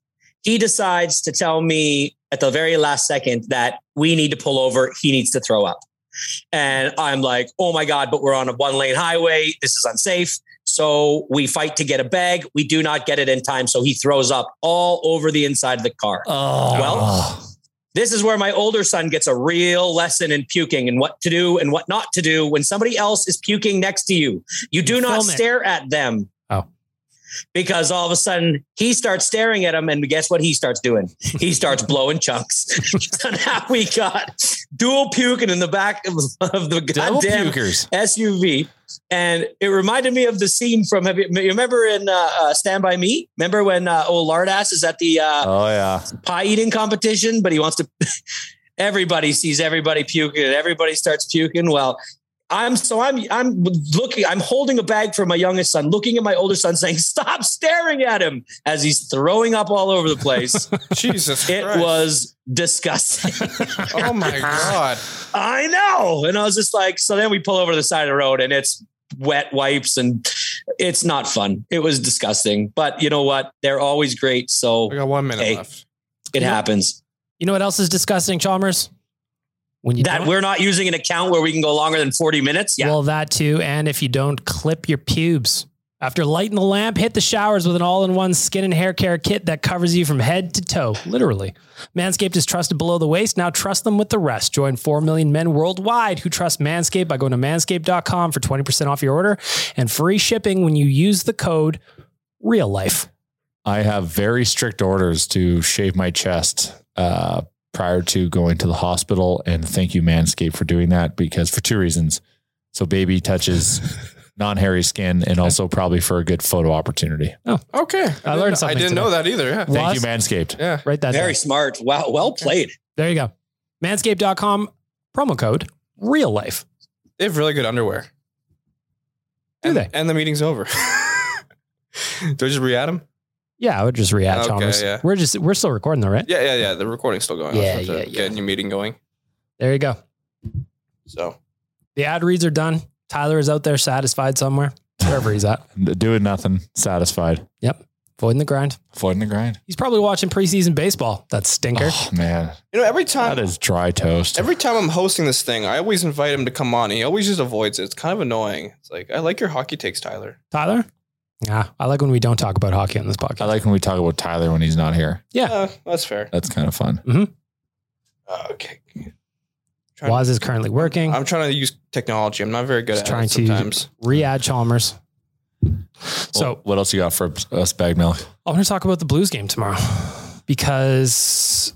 Speaker 7: he decides to tell me at the very last second that we need to pull over. He needs to throw up. And I'm like, oh my God, but we're on a one lane highway. This is unsafe. So we fight to get a bag. We do not get it in time. So he throws up all over the inside of the car.
Speaker 5: Oh
Speaker 7: Well, This is where my older son gets a real lesson in puking and what to do and what not to do when somebody else is puking next to you. You do not
Speaker 4: Film it.
Speaker 7: stare at them.
Speaker 4: Oh.
Speaker 7: Because all of a sudden he starts staring at him, and guess what he starts doing? He starts blowing chunks. (laughs) so now we got dual puking in the back of, of the
Speaker 5: devil
Speaker 7: goddamn
Speaker 5: pukers.
Speaker 7: SUV, and it reminded me of the scene from. Have you, you remember in uh, uh, Stand by Me? Remember when uh, old Lardass is at the uh,
Speaker 5: Oh yeah.
Speaker 7: pie eating competition, but he wants to. (laughs) everybody sees everybody puking, and everybody starts puking. Well, I'm so I'm I'm looking. I'm holding a bag for my youngest son, looking at my older son, saying, (laughs) "Stop staring at him!" as he's throwing up all over
Speaker 6: (laughs)
Speaker 7: the place.
Speaker 6: Jesus
Speaker 7: it
Speaker 6: Christ.
Speaker 7: was disgusting. (laughs)
Speaker 6: Oh my God.
Speaker 7: I know. And I was just like, so then we pull over to the side of the road and it's wet wipes and it's not fun. It was disgusting. But you know what? They're always great. So
Speaker 6: We got one minute
Speaker 7: Hey.
Speaker 6: left.
Speaker 7: it happens.
Speaker 4: (laughs) You know what else is disgusting, Chalmers? When you
Speaker 7: That
Speaker 4: don't-
Speaker 7: we're not using an account where we can go longer than 40 minutes. Yeah.
Speaker 4: Well, that too. And if you don't clip your pubes. After lighting the lamp, hit the showers with an all in one skin and hair care kit that covers you from head to toe, literally. Manscaped is trusted below the waist. Now trust them with the rest. Join 4 million men worldwide who trust Manscaped by going to manscaped.com for 20% off your order and free shipping when you use the code real life.
Speaker 5: I have very strict orders to shave my chest uh, prior to going to the hospital. And thank you, Manscaped, for doing that because for two reasons. So, baby (laughs) touches non hairy skin and also probably for a good photo opportunity.
Speaker 6: Okay. I, didn't-
Speaker 4: learned something
Speaker 6: I didn't
Speaker 4: today.
Speaker 6: know that either. Yeah.
Speaker 5: Thank
Speaker 4: Was-
Speaker 5: you, Manscaped.
Speaker 6: Yeah.
Speaker 4: Write that down.
Speaker 7: Very smart. Wow. Well played.
Speaker 4: There you go. Manscaped.com, promo code real life.
Speaker 6: They have really good underwear.
Speaker 4: Do
Speaker 6: and,
Speaker 4: they?
Speaker 6: And the meeting's over. (laughs) Do I just re-add them?
Speaker 4: Yeah, I would just react,
Speaker 6: Okay,
Speaker 4: Chalmers.
Speaker 6: yeah.
Speaker 4: We're just we're still recording though, right?
Speaker 6: Yeah, yeah, yeah. The recording's still going.
Speaker 4: Yeah,
Speaker 6: I just have to
Speaker 4: yeah,
Speaker 6: Get your meeting going.
Speaker 4: There you go.
Speaker 6: So
Speaker 4: The ad reads are done. Tyler is out there satisfied somewhere, wherever he's at,
Speaker 5: Doing nothing, satisfied,
Speaker 4: avoiding the grind.
Speaker 5: avoiding the grind.
Speaker 4: He's probably watching preseason baseball. That stinker.
Speaker 5: Oh, man.
Speaker 6: you know, every time,
Speaker 5: That is dry toast.
Speaker 6: every time I'm hosting this thing, I always invite him to come on. He always just avoids it. It's kind of annoying. It's like I like your hockey takes, Tyler.
Speaker 4: Tyler? Yeah, I like when we don't talk about hockey on this podcast.
Speaker 5: I like when we talk about Tyler when he's not here.
Speaker 4: yeah,
Speaker 6: Uh, that's fair.
Speaker 5: That's kind of fun.
Speaker 6: Uh, okay. Trying
Speaker 4: Waz is currently working.
Speaker 6: I'm trying to use technology. I'm not very good
Speaker 4: He's
Speaker 6: at
Speaker 4: trying
Speaker 6: it
Speaker 4: to
Speaker 6: sometimes.
Speaker 4: re-add Chalmers. So
Speaker 5: what else you got for us, bag milk?
Speaker 4: I'm going to talk about the Blues game tomorrow. because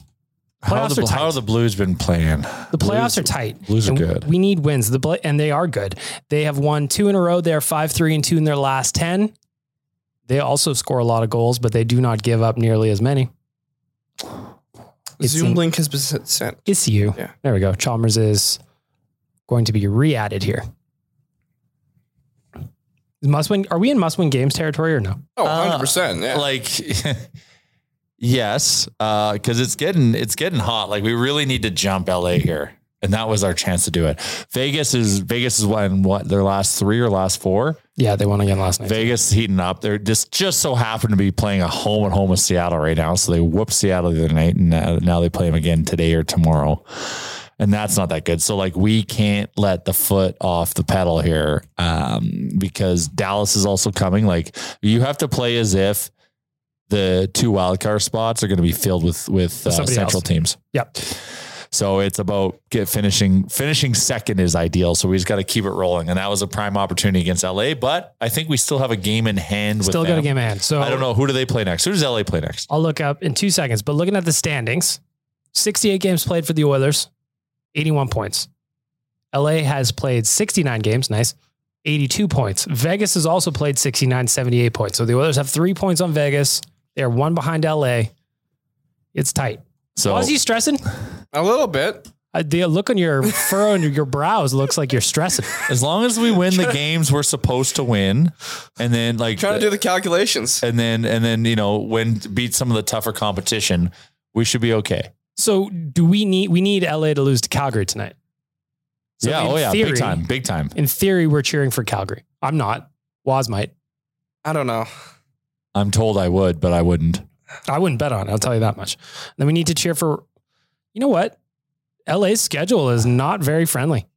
Speaker 5: How,
Speaker 4: playoffs
Speaker 5: the,
Speaker 4: are tight.
Speaker 5: how the Blues been playing?
Speaker 4: The playoffs are tight.
Speaker 5: Blues are
Speaker 4: And
Speaker 5: good.
Speaker 4: We need wins. The play, and they are good. They have won two in a row. They're five, three, and two in their last ten. They also score a lot of goals, but they do not give up nearly as many. It's
Speaker 6: Zoom
Speaker 4: an-
Speaker 6: link has been sent.
Speaker 4: It's you.
Speaker 6: Yeah.
Speaker 4: There we go. Chalmers is going to be re-added here. Must win. Are we in must win games territory or no?
Speaker 6: Oh, 100%. Yeah.
Speaker 5: Like, (laughs) yes, because it's getting it's getting hot. Like we really need to jump LA here, and that was our chance to do it. Vegas is Vegas is won what their last three or last four.
Speaker 4: Yeah, they won again last night.
Speaker 5: Vegas is heating up. They're just just so happen to be playing a home and home with Seattle right now. So they whooped Seattle the other night, and now, now they play them again today or tomorrow. And that's not that good. So like we can't let the foot off the pedal here um, because Dallas is also coming. Like you have to play as if the two wildcard spots are going to be filled with with uh,
Speaker 4: Somebody
Speaker 5: central
Speaker 4: else.
Speaker 5: teams.
Speaker 4: Yep.
Speaker 5: So it's about get finishing finishing second is ideal. So we just got to keep it rolling, and that was a prime opportunity against LA. But I think we still have a game in hand.
Speaker 4: Still
Speaker 5: with
Speaker 4: got a
Speaker 5: them.
Speaker 4: game in hand. So-
Speaker 5: I don't know who do they play next. Who does LA play next?
Speaker 4: I'll look up in two seconds. But looking at the standings, 68 games played for the Oilers, 81 points. LA has played 69 games, nice, 82 points. Vegas has also played 69, 78 points. So the Oilers have three points on Vegas. They are one behind LA. It's tight.
Speaker 5: So-
Speaker 4: Why is he stressing?
Speaker 6: A little bit.
Speaker 4: Uh, the look on your furrow and your brows looks like you're stressing.
Speaker 5: As long as we win the
Speaker 6: (laughs)
Speaker 5: games we're supposed to win, and then like
Speaker 6: Trying to do the calculations.
Speaker 5: and then and then you know when beat some of the tougher competition, we should be okay.
Speaker 4: So do we need we need LA to lose to Calgary tonight? So
Speaker 5: yeah.
Speaker 4: in
Speaker 5: Oh yeah.
Speaker 4: theory-
Speaker 5: big time. Big time.
Speaker 4: In theory, we're cheering for Calgary. I'm not. Waz might.
Speaker 6: I don't know.
Speaker 5: I'm told I would, but I wouldn't.
Speaker 4: I wouldn't bet on it. I'll tell you that much. Then we need to cheer for. You know what? LA's schedule is not very friendly.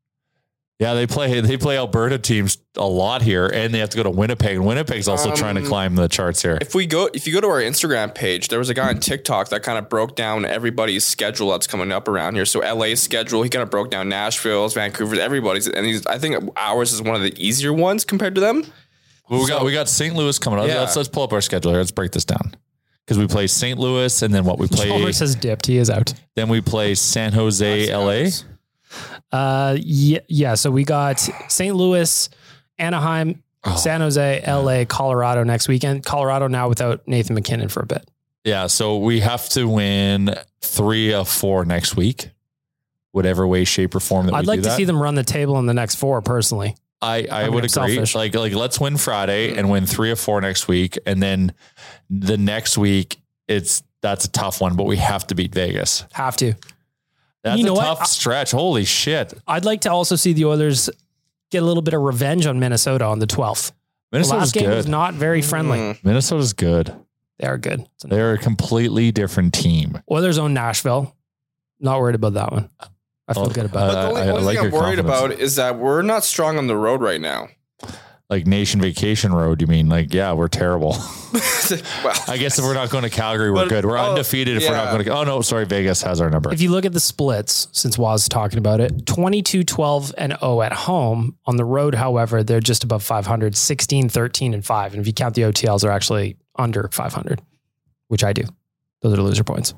Speaker 5: Yeah, they play they play Alberta teams a lot here, and they have to go to Winnipeg, and Winnipeg's also
Speaker 6: Um,
Speaker 5: trying to climb the charts here.
Speaker 6: If we go, if you go to our Instagram page, there was a guy on TikTok that kind of broke down everybody's schedule that's coming up around here. So LA's schedule, he kind of broke down Nashville's, Vancouver's, everybody's, and he's. I think ours is one of the easier ones compared to them.
Speaker 5: Well, we got we got St. Louis coming up.
Speaker 6: Yeah.
Speaker 5: Let's let's pull up our schedule here. Let's break this down because we play St. Louis, and then what we play,
Speaker 4: Chalmers has dipped. He is out.
Speaker 5: then we play San Jose, LA.
Speaker 4: Uh, yeah, yeah. So we got St. Louis, Anaheim,
Speaker 5: Oh.
Speaker 4: San Jose, LA, Colorado next weekend. Colorado now without Nathan McKinnon for a bit.
Speaker 5: Yeah, so we have to win three of four next week, whatever way, shape, or form that
Speaker 4: I'd
Speaker 5: we
Speaker 4: like
Speaker 5: do
Speaker 4: to
Speaker 5: that.
Speaker 4: see them run the table in the next four personally.
Speaker 5: I, I
Speaker 4: I'm
Speaker 5: would agree.
Speaker 4: selfish.
Speaker 5: Like like let's win Friday and win three or four next week, and then the next week it's that's a tough one, but we have to beat Vegas.
Speaker 4: Have to.
Speaker 5: That's
Speaker 4: You know
Speaker 5: a
Speaker 4: what?
Speaker 5: tough
Speaker 4: I-
Speaker 5: stretch. Holy shit!
Speaker 4: I'd like to also see the Oilers get a little bit of revenge on Minnesota on the 12th. the
Speaker 5: Minnesota's
Speaker 4: last game
Speaker 5: good.
Speaker 4: was not very friendly.
Speaker 5: Minnesota's good.
Speaker 4: They are good. It's
Speaker 5: They're a completely different team.
Speaker 4: Oilers own Nashville. Not worried about that one. I feel
Speaker 5: Oh,
Speaker 4: good
Speaker 5: uh,
Speaker 6: But
Speaker 4: about
Speaker 6: the only,
Speaker 5: I- I
Speaker 6: only
Speaker 5: like
Speaker 6: thing I'm
Speaker 5: your
Speaker 6: worried
Speaker 5: confidence.
Speaker 6: about is that we're not strong on the road right now.
Speaker 5: Like Nation Vacation Road, you mean? Like, yeah,
Speaker 6: (laughs)
Speaker 5: we're terrible.
Speaker 6: Well,
Speaker 5: I guess if we're not going to Calgary, we're
Speaker 6: But-
Speaker 5: good. We're
Speaker 6: oh,
Speaker 5: undefeated if we're not
Speaker 6: yeah.
Speaker 5: going to. Oh, no, sorry. Vegas has our number.
Speaker 4: it. If you look at the splits, since Waz is talking about it, 22, 12, and 0 at home. On the road, however, they're just above 500, 16, 13, and 5. And if you count the OTLs, they're actually under 500, which I do. Those are the loser points.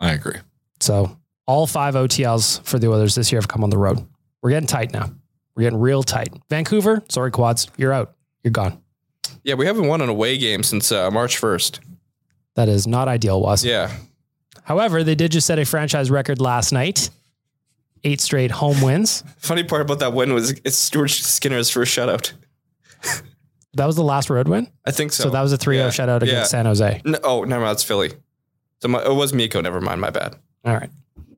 Speaker 5: I agree.
Speaker 4: So all five OTLs for the Oilers this year have come on the road. We're getting tight now. We're getting real tight. Vancouver, sorry, quads, you're out. You're gone.
Speaker 6: yeah, we haven't won an away game since uh, March first.
Speaker 4: That is not ideal, Waz.
Speaker 6: Yeah,
Speaker 4: However, they did just set a franchise record last night. Eight straight home wins.
Speaker 6: funny part about that win was it's Stuart Skinner's first shutout.
Speaker 4: That was the last road win.
Speaker 6: I think so.
Speaker 4: So that was a 3-0
Speaker 6: Yeah.
Speaker 4: shutout against
Speaker 6: Yeah.
Speaker 4: San Jose.
Speaker 6: No, oh, never mind. It's Philly. So my, it was Miko. Never mind. My bad.
Speaker 4: All right.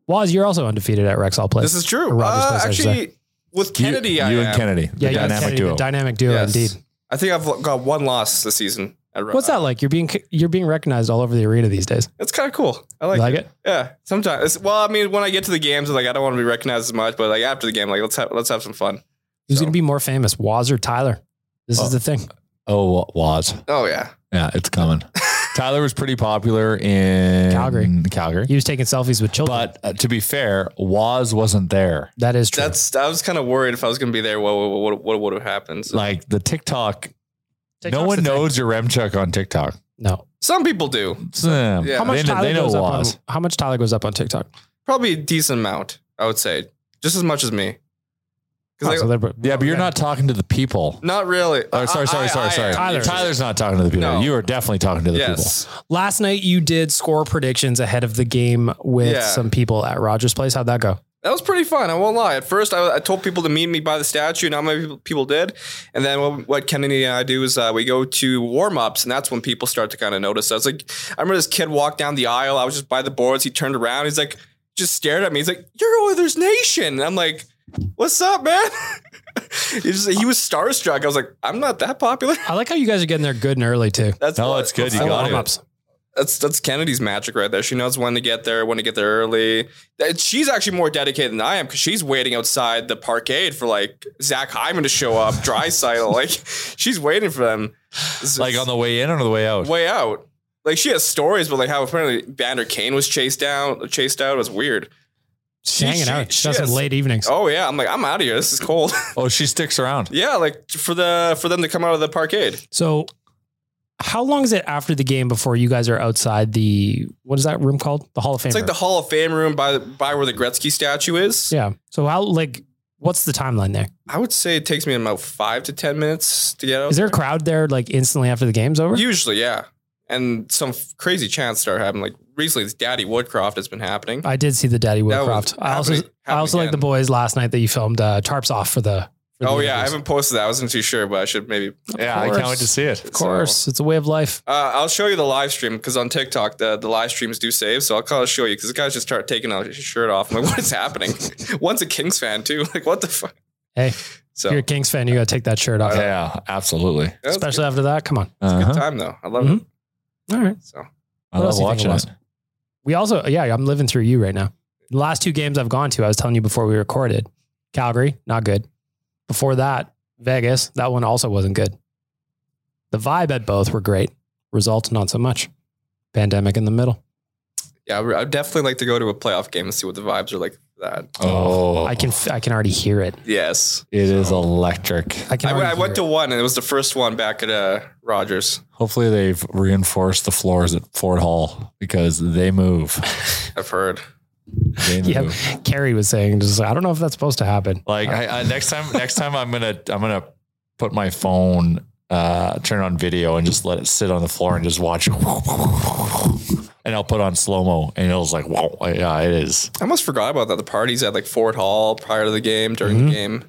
Speaker 4: Waz, you're also undefeated at Rexall Place.
Speaker 6: This is true.
Speaker 4: Or Rogers
Speaker 6: Uh,
Speaker 4: Place, I should say.
Speaker 6: actually, with Kennedy,
Speaker 5: you
Speaker 6: I
Speaker 5: you
Speaker 6: am.
Speaker 5: and Kennedy,
Speaker 4: yeah,
Speaker 5: the
Speaker 4: you
Speaker 5: dynamic
Speaker 4: Kennedy,
Speaker 5: duo.
Speaker 4: The dynamic duo,
Speaker 6: Yes.
Speaker 4: indeed.
Speaker 6: I think I've got one loss this season. At Ro-
Speaker 4: What's that like? You're being you're being recognized all over the arena these days.
Speaker 6: It's kind of cool. I
Speaker 4: You
Speaker 6: like,
Speaker 4: like
Speaker 6: it.
Speaker 4: it?
Speaker 6: Yeah, sometimes. It's, well, I mean, when I get to the games, like I don't want to be recognized as much, but like after the game, like let's have let's have some fun.
Speaker 4: Who's going to be more famous, Waz or Tyler? This
Speaker 5: Oh.
Speaker 4: is the thing.
Speaker 5: Oh, was.
Speaker 6: Oh yeah,
Speaker 5: Yeah, it's
Speaker 4: (laughs)
Speaker 5: coming. Tyler was pretty popular in
Speaker 4: Calgary.
Speaker 5: Calgary.
Speaker 4: He was taking selfies with children.
Speaker 5: But uh, to be fair, Waz wasn't there.
Speaker 4: that is true.
Speaker 6: that's. I was kind of worried if I was going to be there. What what what, what would have happened? So,
Speaker 5: Like the TikTok,
Speaker 4: TikTok's
Speaker 5: no
Speaker 4: the
Speaker 5: one
Speaker 4: thing.
Speaker 5: knows your Remchuk on TikTok.
Speaker 4: No.
Speaker 6: Some people do. Yeah.
Speaker 4: How much Tyler goes up on, How much Tyler goes up on TikTok?
Speaker 6: Probably a decent amount, I would say. Just as much as me. 'Cause I-
Speaker 5: yeah, but you're not talking to the people.
Speaker 6: not really.
Speaker 7: Uh,
Speaker 5: Oh, sorry, sorry, sorry, sorry.
Speaker 4: Tyler.
Speaker 5: Tyler's not talking to the people.
Speaker 6: No.
Speaker 5: You are definitely talking to the
Speaker 6: Yes.
Speaker 4: Last night you did score predictions ahead of the game with
Speaker 6: Yeah.
Speaker 4: some people at Rogers Place. How'd that go?
Speaker 6: That was pretty fun. I won't lie. At first, I, I told people to meet me by the statue. Not many people- people did. And then what, what Kennedy and I do is uh, we go to warm ups, and that's when people start to kind of notice us. Like I remember this kid walked down the aisle. I was just by the boards. He turned around. He's like, just stared at me. He's like, "You're Oilers Nation." And I'm like, "What's up, man?" (laughs) he, just, he was starstruck. I was like, "I'm not that popular." (laughs)
Speaker 4: I like how you guys are getting there good and early too.
Speaker 6: That's
Speaker 5: people. Oh,
Speaker 6: what-
Speaker 5: it's good. You
Speaker 6: I
Speaker 5: got
Speaker 6: love
Speaker 5: it.
Speaker 6: that's that's Kennedy's magic right there. She knows when to get there, when to get there early. That- She's actually more dedicated than I am because she's waiting outside the parkade for like Zach Hyman to show up,
Speaker 4: (laughs)
Speaker 6: Drysdale. like she's waiting for them.
Speaker 5: Like on the way in or on the way out?
Speaker 6: Way out. Like she has stories, but like how apparently Vander Kane was chased down, chased out. It was weird.
Speaker 4: She's hanging out. She does it
Speaker 6: has-
Speaker 4: late evenings.
Speaker 6: (laughs) Oh yeah, I'm like I'm out of here. This is cold. (laughs)
Speaker 5: Oh, she sticks around.
Speaker 6: yeah, like for the for them to come out of the parkade.
Speaker 4: So, how long is it after the game before you guys are outside the what is that room called? The Hall of Fame.
Speaker 6: It's like the Hall of Fame room by by where the Gretzky statue is.
Speaker 4: yeah. So how like what's the timeline there?
Speaker 6: I would say it takes me about five to ten minutes to get out.
Speaker 4: Is there a crowd there like instantly after the game's over?
Speaker 6: Usually, yeah. And some f- crazy chants start happening. Like recently, it's Daddy Woodcroft has been happening.
Speaker 4: I did see the Daddy
Speaker 6: That was
Speaker 4: Woodcroft. I also
Speaker 6: happening-
Speaker 4: I also like the boys last night that you filmed uh, tarps off for the. For
Speaker 6: oh
Speaker 4: the
Speaker 6: yeah, I
Speaker 4: interviews.
Speaker 6: haven't posted that. I wasn't too sure, but I should maybe.
Speaker 5: Yeah, I can't wait to see it.
Speaker 4: of course, it's a way of life.
Speaker 6: Uh, I'll show you the live stream because on TikTok the, the live streams do save, so I'll kind of show you because the guys just start taking off his shirt off. I'm like, (laughs) what is happening? One's a Kings fan too. (laughs) Like, what the fuck?
Speaker 4: Hey,
Speaker 6: So-
Speaker 4: if you're a Kings fan, you got to take that shirt off,
Speaker 5: Yeah, absolutely.
Speaker 6: That was a
Speaker 4: especially after that. Come on.
Speaker 6: good
Speaker 5: Uh-huh.
Speaker 6: time though. I love
Speaker 4: Mm-hmm.
Speaker 6: it.
Speaker 4: All right.
Speaker 6: So
Speaker 4: What
Speaker 5: I love
Speaker 4: else do you think it
Speaker 5: watching
Speaker 4: was?
Speaker 5: it.
Speaker 4: We also, yeah, I'm living through you right now. The last two games I've gone to, I was telling you before we recorded Calgary, not good. Before that, Vegas, that one also wasn't good. The vibe at both were great. Results, not so much. Pandemic in the middle.
Speaker 6: yeah, I- I'd definitely like to go to a playoff game and see what the vibes are like. For that
Speaker 5: Oh,
Speaker 4: I can, I can already hear it.
Speaker 6: yes,
Speaker 5: It is electric.
Speaker 4: I can.
Speaker 6: I,
Speaker 4: already
Speaker 6: I
Speaker 4: hear
Speaker 6: went
Speaker 4: it.
Speaker 6: to one and it was the first one back at uh, Rogers.
Speaker 5: Hopefully, they've reinforced the floors at Ford Hall because they (laughs) move.
Speaker 6: I've heard.
Speaker 5: They move.
Speaker 4: Yeah, Carrie was saying, just I don't know if that's supposed to happen.
Speaker 5: Like I, I, next time, next time I'm gonna I'm gonna put my phone, uh, turn on video, and just let it sit on the floor and just watch. (laughs) And I'll put on slow mo, and it'll just like, wow, yeah, it is.
Speaker 6: I almost forgot about that. The parties at like Ford Hall prior to the game, during the game.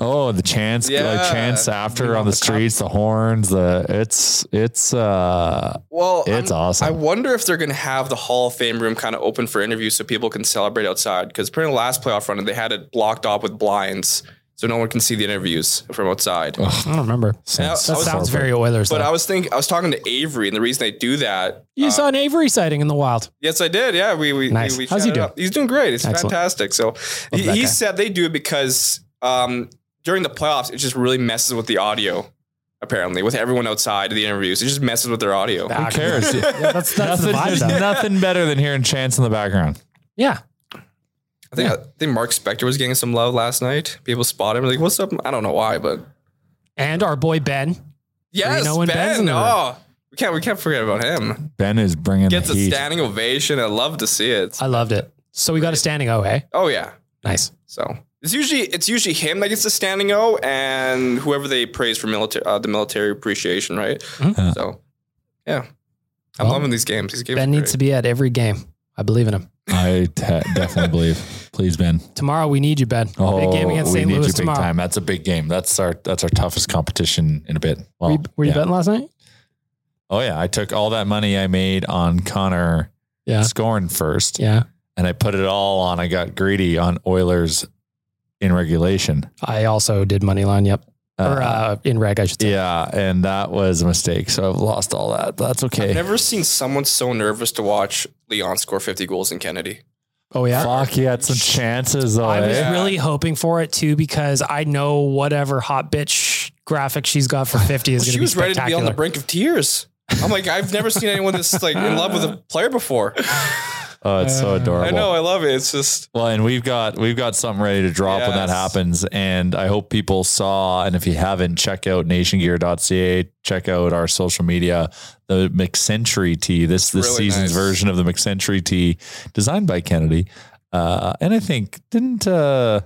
Speaker 5: Oh, the chants,
Speaker 6: Yeah.
Speaker 5: uh, chants after on the, streets, the horns, the it's it's uh
Speaker 6: Well,
Speaker 5: It's awesome.
Speaker 6: I wonder if they're going to have the Hall of Fame room kind of open for interviews so people can celebrate outside. Because during the last playoff run, they had it blocked off with blinds so no one can see the interviews from outside.
Speaker 4: I
Speaker 6: (laughs)
Speaker 4: don't remember.
Speaker 6: And I- I
Speaker 4: That
Speaker 6: was-
Speaker 4: sounds very Oilers.
Speaker 6: But
Speaker 4: though.
Speaker 6: I was thinking, I was talking to Avery, and the reason they do that.
Speaker 4: you saw an Avery sighting in the wild.
Speaker 6: Yes, I did. Yeah, we we,
Speaker 4: Nice.
Speaker 6: we, we
Speaker 4: How's he
Speaker 6: chatted
Speaker 4: doing?
Speaker 6: up. He's doing great. It's
Speaker 4: Excellent.
Speaker 6: fantastic. So he,
Speaker 4: that guy.
Speaker 6: he said they do it because um, during the playoffs, it just really messes with the audio. Apparently, with everyone outside of the interviews, it just messes with their audio.
Speaker 5: who
Speaker 4: (laughs)
Speaker 5: cares?
Speaker 4: Yeah, that's that's the
Speaker 5: nothing,
Speaker 4: vibe.
Speaker 5: there's
Speaker 4: though.
Speaker 5: nothing better than hearing chants in the background.
Speaker 4: Yeah.
Speaker 6: I think I think Mark Spector was getting some love last night. People spot him like, "What's up?" I don't know why, but
Speaker 4: And our boy Ben.
Speaker 6: yes,
Speaker 4: Reno and Ben's in
Speaker 6: Ben.
Speaker 4: the room.
Speaker 6: Oh, we can't we can't forget about him.
Speaker 5: Ben is bringing
Speaker 6: Gets
Speaker 5: the
Speaker 6: a
Speaker 5: heat.
Speaker 6: standing ovation. I love to see it.
Speaker 4: I loved it. So we got a standing O, hey?
Speaker 6: Oh yeah.
Speaker 4: Nice.
Speaker 6: So it's usually it's usually him that gets the standing O, and whoever they praise for military uh, the military appreciation, right? So yeah, I'm
Speaker 4: Mm-hmm. Well,
Speaker 6: loving these games. These games
Speaker 4: Ben needs to be at every game. I believe in him.
Speaker 5: I te- definitely believe. Please, Ben.
Speaker 4: Tomorrow we need you, Ben.
Speaker 5: Oh,
Speaker 4: Big game against
Speaker 5: we
Speaker 4: St.
Speaker 5: need you
Speaker 4: Louis
Speaker 5: big
Speaker 4: tomorrow.
Speaker 5: time. That's a big game. That's our that's our toughest competition in a bit.
Speaker 4: Were
Speaker 5: Well,
Speaker 4: you, were you
Speaker 5: yeah.
Speaker 4: betting last night?
Speaker 5: Oh yeah, I took all that money I made on Connor
Speaker 4: Yeah.
Speaker 5: scoring first,
Speaker 4: Yeah.
Speaker 5: and I put it all on. I got greedy on Oilers in regulation.
Speaker 4: I also did money line, yep. or uh, in reg, I should say.
Speaker 5: yeah, and that was a mistake. So I've lost all that, but that's okay.
Speaker 6: I've never seen someone so nervous to watch Leon score 50 goals in Kennedy.
Speaker 4: Oh, yeah.
Speaker 5: Fuck, he had some chances though.
Speaker 4: I was
Speaker 5: eh?
Speaker 4: really hoping for it too because I know whatever hot bitch graphic she's got for 50 is
Speaker 6: Well,
Speaker 4: going
Speaker 6: she
Speaker 4: to be
Speaker 6: was ready to be
Speaker 4: spectacular. (laughs)
Speaker 6: on the brink of tears. I'm like, I've never seen anyone this like in love with a player before.
Speaker 5: Oh, it's
Speaker 4: Uh,
Speaker 5: so adorable.
Speaker 6: I know, I love it. It's just
Speaker 5: Well, and we've got we've got something ready to drop when that
Speaker 6: Yes.
Speaker 5: happens. And I hope people saw. And if you haven't, check out nationgear.ca. Check out our social media. The McCentury tee. This this
Speaker 6: really
Speaker 5: season's
Speaker 6: nice.
Speaker 5: version of the McCentury tee, designed by Kennedy. Uh, and I think didn't uh,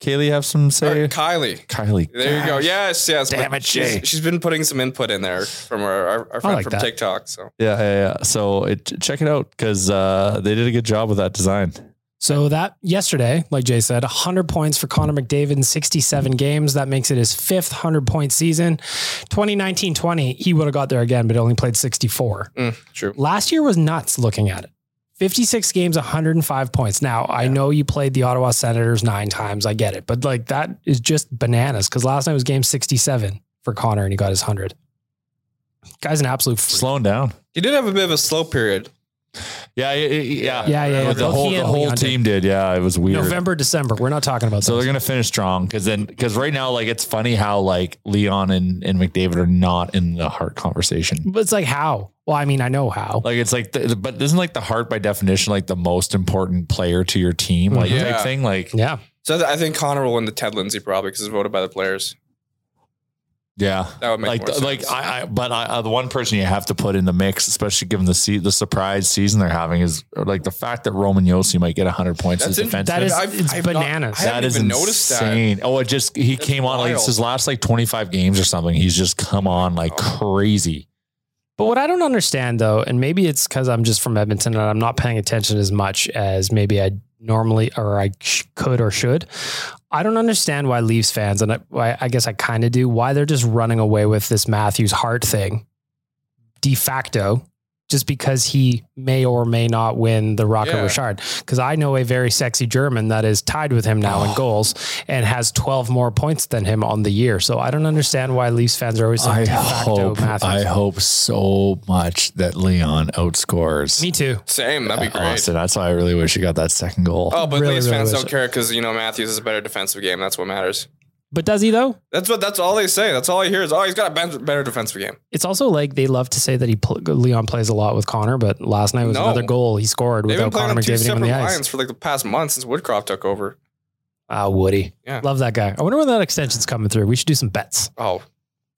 Speaker 5: Kaylee have some say?
Speaker 6: uh, Kylie.
Speaker 5: Kylie,
Speaker 6: There you go. Yes, yes.
Speaker 5: Damn
Speaker 6: but
Speaker 5: it,
Speaker 6: she's-
Speaker 5: Jay.
Speaker 6: she's been putting some input in there from our, our, our friend
Speaker 5: like
Speaker 6: from
Speaker 5: that.
Speaker 6: TikTok. So
Speaker 5: Yeah, yeah, yeah. So it, check it out because uh, they did a good job with that design.
Speaker 4: So that yesterday, like Jay said, 100 points for Connor McDavid in 67 games. That makes it his fifth 100 point season. 2019 20, he would have got there again, but only played 64.
Speaker 6: Mm, true.
Speaker 4: Last year was nuts looking at it. 56 games, 105 points. Now, I know you played the Ottawa Senators nine times. I get it. But like that is just bananas because last night was game 67 for Connor and he got his 100. Guy's an absolute freak.
Speaker 5: Slowing down.
Speaker 6: He did have a bit of a slow period.
Speaker 5: Yeah, yeah, yeah,
Speaker 4: Yeah, yeah, yeah.
Speaker 5: The whole
Speaker 4: He
Speaker 5: the
Speaker 4: and
Speaker 5: whole
Speaker 4: Leon did.
Speaker 5: team did. Yeah, it was weird.
Speaker 4: November, December. We're not talking about
Speaker 5: So
Speaker 4: those.
Speaker 5: they're gonna finish strong because then because right now like it's funny how like Leon and, and McDavid are not in the heart conversation.
Speaker 4: But it's like how? Well, I mean, I know how.
Speaker 5: Like it's like the, the- but isn't like the heart by definition like the most important player to your team like
Speaker 6: Mm-hmm. Yeah.
Speaker 5: type thing like
Speaker 4: Yeah.
Speaker 6: So th- I think Connor will win the Ted Lindsay probably because it's voted by the players.
Speaker 5: yeah
Speaker 6: That would make
Speaker 5: like
Speaker 6: more sense.
Speaker 5: like I, I but I, uh, the one person you have to put in the mix especially given the se- the surprise season they're having is or, like the fact that Roman Yossi might get hundred points
Speaker 6: That's
Speaker 5: as
Speaker 6: in-
Speaker 5: defense
Speaker 4: That is
Speaker 6: I've-
Speaker 4: it's
Speaker 6: I've not-
Speaker 4: bananas.
Speaker 6: I haven't
Speaker 5: That is
Speaker 6: even noticed that.
Speaker 5: insane. Oh, it just he
Speaker 6: That's
Speaker 5: came on like it's
Speaker 6: wild.
Speaker 5: his last like 25 games or something. He's just come on like
Speaker 6: Oh.
Speaker 5: crazy.
Speaker 4: But what I don't understand though, and maybe it's because I'm just from Edmonton and I'm not paying attention as much as maybe I normally or I sh- could or should. I don't understand why Leafs fans, and I, why- I guess I kind of do, why they're just running away with this Matthews Hart thing de facto, just because he may or may not win the Rocket
Speaker 6: Yeah.
Speaker 4: Richard. Because I know a very sexy German that is tied with him
Speaker 5: Oh.
Speaker 4: now in goals and has 12 more points than him on the year. So I don't understand why Leafs fans are always like,
Speaker 5: I
Speaker 4: de facto
Speaker 5: hope
Speaker 4: Matthews.
Speaker 5: I hope so much that Leon outscores
Speaker 4: Me too.
Speaker 6: Same. That'd be great.
Speaker 5: Austin. That's why I really wish he got that second goal.
Speaker 6: Oh, but
Speaker 4: Really,
Speaker 6: Leafs
Speaker 4: really
Speaker 6: fans
Speaker 4: wish
Speaker 6: don't
Speaker 4: it.
Speaker 6: care because you know Matthews is a better defensive game. That's what matters.
Speaker 4: But does he though?
Speaker 6: That's what. That's all they say. That's all I hear is, oh, he's got a ben- better defensive game.
Speaker 4: It's also like they love to say that he pl- Leon plays a lot with Connor, but last night was
Speaker 6: No.
Speaker 4: another goal he scored
Speaker 6: They've been
Speaker 4: without
Speaker 6: playing
Speaker 4: Connor
Speaker 6: on two
Speaker 4: McDavid him on
Speaker 6: separate
Speaker 4: the
Speaker 6: lines
Speaker 4: ice.
Speaker 6: for like the past month since Woodcroft took over.
Speaker 4: Ah, Woody,
Speaker 6: Yeah.
Speaker 4: love that guy. I wonder when that extension's coming through. We should do some bets.
Speaker 6: Oh,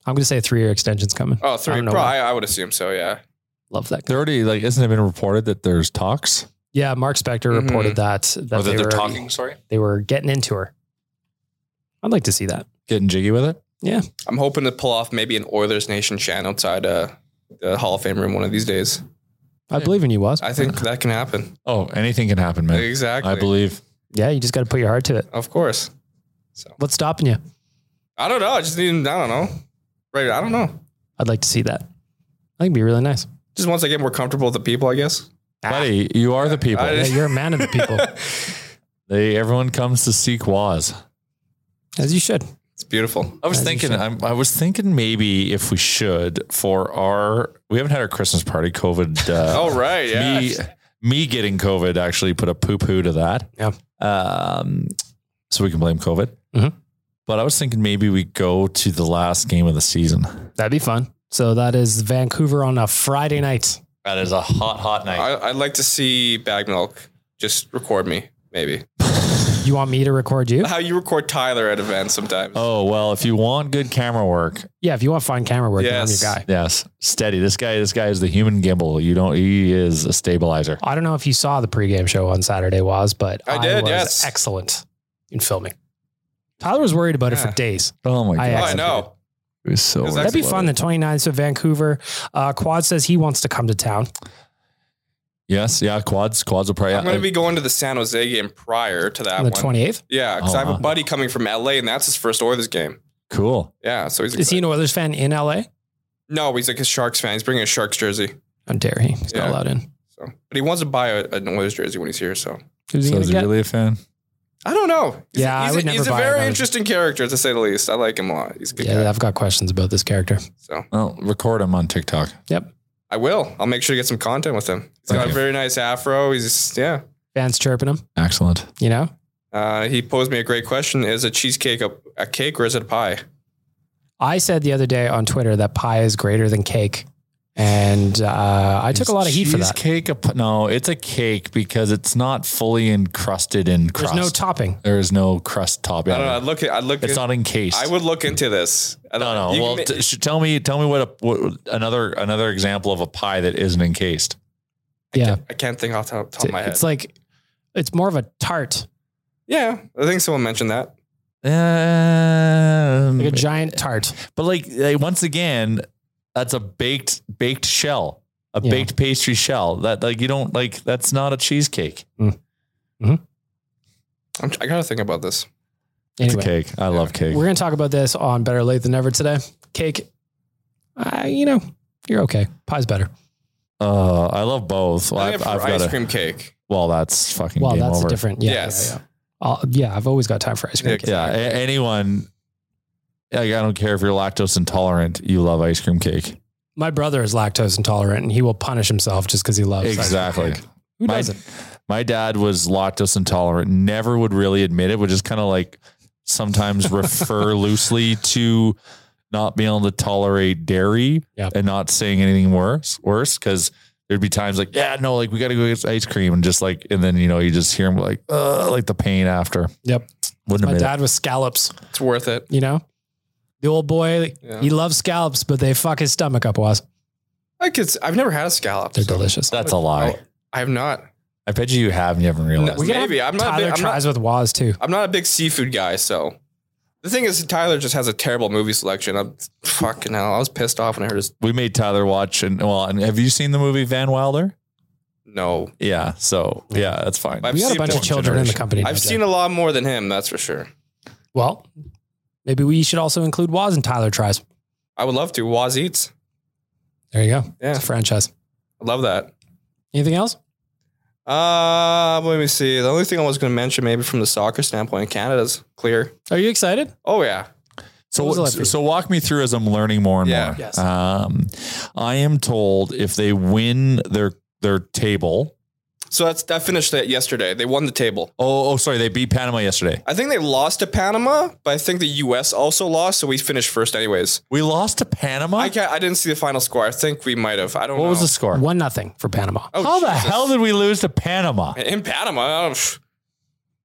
Speaker 4: I'm going to say a three-year extension's coming.
Speaker 6: oh, three.
Speaker 4: I
Speaker 6: I,
Speaker 4: don't know
Speaker 6: Pro,
Speaker 4: why.
Speaker 6: I, I would assume so. Yeah.
Speaker 4: Love that guy.
Speaker 5: There already like isn't it been reported that there's talks
Speaker 4: Yeah, Mark Spector
Speaker 6: Mhm.
Speaker 4: reported that Oh, that,
Speaker 5: or that
Speaker 4: they
Speaker 5: they are
Speaker 4: were
Speaker 5: talking? Sorry,
Speaker 4: they were getting into her. I'd like to see that.
Speaker 5: getting jiggy with it.
Speaker 6: I'm hoping to pull off maybe an Oilers Nation chant outside uh, the Hall of Fame room one of these days.
Speaker 4: I believe in you, was.
Speaker 6: I think that can happen.
Speaker 5: Oh, anything can happen, man.
Speaker 6: Exactly.
Speaker 5: I believe.
Speaker 4: Yeah, you just got to put your heart to it.
Speaker 6: Of course.
Speaker 4: What's stopping you?
Speaker 6: I don't know. I just need. I don't know. Right. I don't know.
Speaker 4: I'd like to see that. I think it'd be really nice.
Speaker 6: Just once I get more comfortable with the people, I guess.
Speaker 5: Buddy, you are the people.
Speaker 4: Yeah,
Speaker 6: Ah. I-
Speaker 4: you're a man of
Speaker 6: (laughs)
Speaker 4: the people,
Speaker 5: they everyone comes to seek Waz.
Speaker 4: as you should.
Speaker 6: It's beautiful.
Speaker 5: I was
Speaker 4: As you
Speaker 5: thinking,
Speaker 4: should.
Speaker 5: I'm, I was thinking maybe if we should for our, we haven't had our Christmas party.
Speaker 6: (laughs)
Speaker 5: COVID. Uh,
Speaker 6: All right. Yeah.
Speaker 5: me, me getting COVID actually put a poo poo to that.
Speaker 4: Yeah.
Speaker 5: Um, so we can blame COVID.
Speaker 4: Mhm.
Speaker 5: But I was thinking maybe we go to the last game of the season.
Speaker 4: That'd be fun. So that is Vancouver on a Friday night.
Speaker 5: That is a hot, hot night.
Speaker 6: I, I'd like to see Bag Milk just record me, maybe.
Speaker 4: You want me to record you?
Speaker 6: How you record Tyler at events sometimes.
Speaker 5: oh well, if you want good camera work,
Speaker 4: Yeah, if you want fine camera work,
Speaker 6: Yes.
Speaker 4: I'm your guy.
Speaker 5: yes, steady. This guy, this guy is the human gimbal. You don't. He is a stabilizer.
Speaker 4: I don't know if you saw the pregame show on Saturday, was, but
Speaker 6: I did,
Speaker 4: was
Speaker 6: yes.
Speaker 4: excellent in filming. Tyler was worried about it
Speaker 6: Yeah.
Speaker 4: for days.
Speaker 5: Oh my
Speaker 4: I
Speaker 6: Oh,
Speaker 5: god,
Speaker 6: I
Speaker 4: actually
Speaker 6: know.
Speaker 5: it was so.
Speaker 6: Is that-
Speaker 4: That'd be
Speaker 6: Excellent.
Speaker 4: fun. The 29th of Vancouver. Uh, Quad says he wants to come to town.
Speaker 5: Yes, yeah, quads, quads will probably. uh,
Speaker 6: I'm going to be going to the San Jose game prior to that
Speaker 4: on the
Speaker 6: one.
Speaker 4: 28th.
Speaker 6: Yeah, because I have
Speaker 5: Uh-huh.
Speaker 6: a buddy coming from LA, and that's his first Oilers game.
Speaker 5: cool.
Speaker 6: Yeah, so he's
Speaker 4: Is he an Oilers fan in LA?
Speaker 6: no, he's like a Sharks fan. He's bringing a Sharks jersey,
Speaker 4: How dare he? He's not
Speaker 6: Yeah.
Speaker 4: allowed in.
Speaker 6: so but he wants to buy a, an Oilers jersey when he's here. So
Speaker 4: Who's he
Speaker 5: So
Speaker 4: gonna
Speaker 5: is he
Speaker 4: get?
Speaker 5: really a fan?
Speaker 6: I don't know. He's
Speaker 4: Yeah,
Speaker 6: a,
Speaker 4: I
Speaker 6: he's
Speaker 4: would
Speaker 6: a,
Speaker 4: never
Speaker 6: he's a
Speaker 4: buy
Speaker 6: very
Speaker 4: another-
Speaker 6: interesting character to say the least. I like him a lot. He's a good
Speaker 4: yeah,
Speaker 6: guy.
Speaker 4: I've got questions about this character.
Speaker 6: So
Speaker 5: Well, record him on TikTok.
Speaker 4: Yep.
Speaker 6: I will. I'll make sure to get some content with him. He's got
Speaker 5: Okay.
Speaker 6: a very nice afro. He's yeah.
Speaker 4: Fans chirping him,
Speaker 5: Excellent.
Speaker 4: you know?
Speaker 6: Uh, he posed me a great question: Is a cheesecake a, a cake or is it a pie?
Speaker 4: I said the other day on Twitter that pie is greater than cake. and uh, I took a lot of heat for that.
Speaker 5: Cake? no, it's a cake because it's not fully encrusted in crust.
Speaker 4: no topping.
Speaker 5: There is no crust topping.
Speaker 6: I don't know. I'd look. at- I'd look.
Speaker 5: It's
Speaker 6: at-
Speaker 5: not encased.
Speaker 6: I would look into this. I don't
Speaker 5: No,
Speaker 6: You
Speaker 5: well,
Speaker 6: can ma-
Speaker 5: t- sh- tell me, tell me what, a, what another another example of a pie that isn't encased.
Speaker 4: Yeah,
Speaker 6: I can't think off the top, top of my head.
Speaker 4: it's like it's more of a tart,
Speaker 6: yeah, I think someone mentioned that.
Speaker 5: Um,
Speaker 4: like a giant tart.
Speaker 5: but like, like, once again, that's a baked baked shell, a
Speaker 4: Yeah.
Speaker 5: baked pastry shell. That like you don't like. That's not a cheesecake.
Speaker 6: I'm, I gotta think about this.
Speaker 5: It's
Speaker 4: Anyway.
Speaker 5: a cake. I love cake.
Speaker 4: We're gonna talk about this on Better Late Than Never today. Cake, uh, you know, you're okay. Pie's better.
Speaker 5: Uh, I love both.
Speaker 6: I
Speaker 5: I've,
Speaker 6: think
Speaker 5: I've
Speaker 6: for ice
Speaker 5: got a,
Speaker 6: cream cake.
Speaker 5: well, that's fucking
Speaker 4: well,
Speaker 5: game
Speaker 4: that's
Speaker 5: over.
Speaker 4: a different. Yeah,
Speaker 6: Yes.
Speaker 4: yeah, yeah. I'll- yeah, I've always got time for ice cream. cake.
Speaker 5: Yeah, a- anyone. Like, I don't care if you're lactose intolerant. You love ice cream cake.
Speaker 4: My brother is lactose intolerant, and he will punish himself just because he loves ice cream
Speaker 5: Exactly.
Speaker 4: cake. Who
Speaker 5: My-
Speaker 4: doesn't?
Speaker 5: My dad was lactose intolerant, never would really admit it, would just kind of like
Speaker 4: (laughs)
Speaker 5: sometimes refer loosely to not being able to tolerate dairy
Speaker 4: Yeah.
Speaker 5: and not saying anything worse, worse. Cause there'd be times like, yeah, no, like we got to go get ice cream. And just like, and then, you know, you just hear him like, uh, like the pain after.
Speaker 4: Yep.
Speaker 5: Wouldn't
Speaker 4: My
Speaker 5: admit it.
Speaker 4: dad was scallops.
Speaker 6: It's worth it.
Speaker 4: You know, the old boy.
Speaker 6: Yeah.
Speaker 4: He loves scallops, but they fuck his stomach up. Was
Speaker 6: I could. s- I've never had a scallop.
Speaker 4: they're delicious.
Speaker 5: That's a lie.
Speaker 6: I have not.
Speaker 5: I bet you you have and you haven't realized.
Speaker 6: We
Speaker 5: it.
Speaker 6: can
Speaker 4: Maybe
Speaker 6: Maybe. I'm not. a
Speaker 4: Tyler
Speaker 6: big- I'm not
Speaker 4: tries with Waz too.
Speaker 6: I'm not a big seafood guy, so the thing is, Tyler just has a terrible movie selection. I'm fucking hell. I was pissed off when I heard his
Speaker 5: We made Tyler watch and well, and have you seen the movie Van Wilder?
Speaker 6: no.
Speaker 5: Yeah. So yeah, that's fine.
Speaker 6: I've
Speaker 4: we got a
Speaker 6: seen
Speaker 4: bunch of
Speaker 6: more
Speaker 4: children in the
Speaker 5: generation.
Speaker 4: company. now,
Speaker 6: I've
Speaker 4: Jay.
Speaker 6: seen a lot more than him, that's for sure.
Speaker 4: Well, maybe we should also include Waz and Tyler tries.
Speaker 6: I would love to. Waz eats.
Speaker 4: There you go.
Speaker 6: Yeah.
Speaker 4: It's a franchise.
Speaker 6: I love that.
Speaker 4: Anything else?
Speaker 6: Uh, let me see. The only thing I was going to mention, maybe from the soccer standpoint, Canada's clear.
Speaker 4: Are you excited?
Speaker 6: Oh yeah,
Speaker 5: So,
Speaker 4: What was it like for you?
Speaker 5: so walk me through as I'm learning more and
Speaker 6: Yeah.
Speaker 5: more.
Speaker 4: Yes.
Speaker 5: Um, I am told if they win their their table.
Speaker 6: so that's I finished that yesterday. They won the table.
Speaker 5: Oh, oh, sorry, they beat Panama yesterday.
Speaker 6: I think they lost to Panama, but I think the U.S. also lost, so we finished first anyways.
Speaker 5: We lost to Panama.
Speaker 6: I can't, I didn't see the final score. I think we might have. I don't
Speaker 5: what
Speaker 6: know.
Speaker 5: was the score?
Speaker 4: One nothing for Panama.
Speaker 6: Oh,
Speaker 5: How the
Speaker 6: Jesus.
Speaker 5: hell did we lose to Panama?
Speaker 6: in Panama? I don't-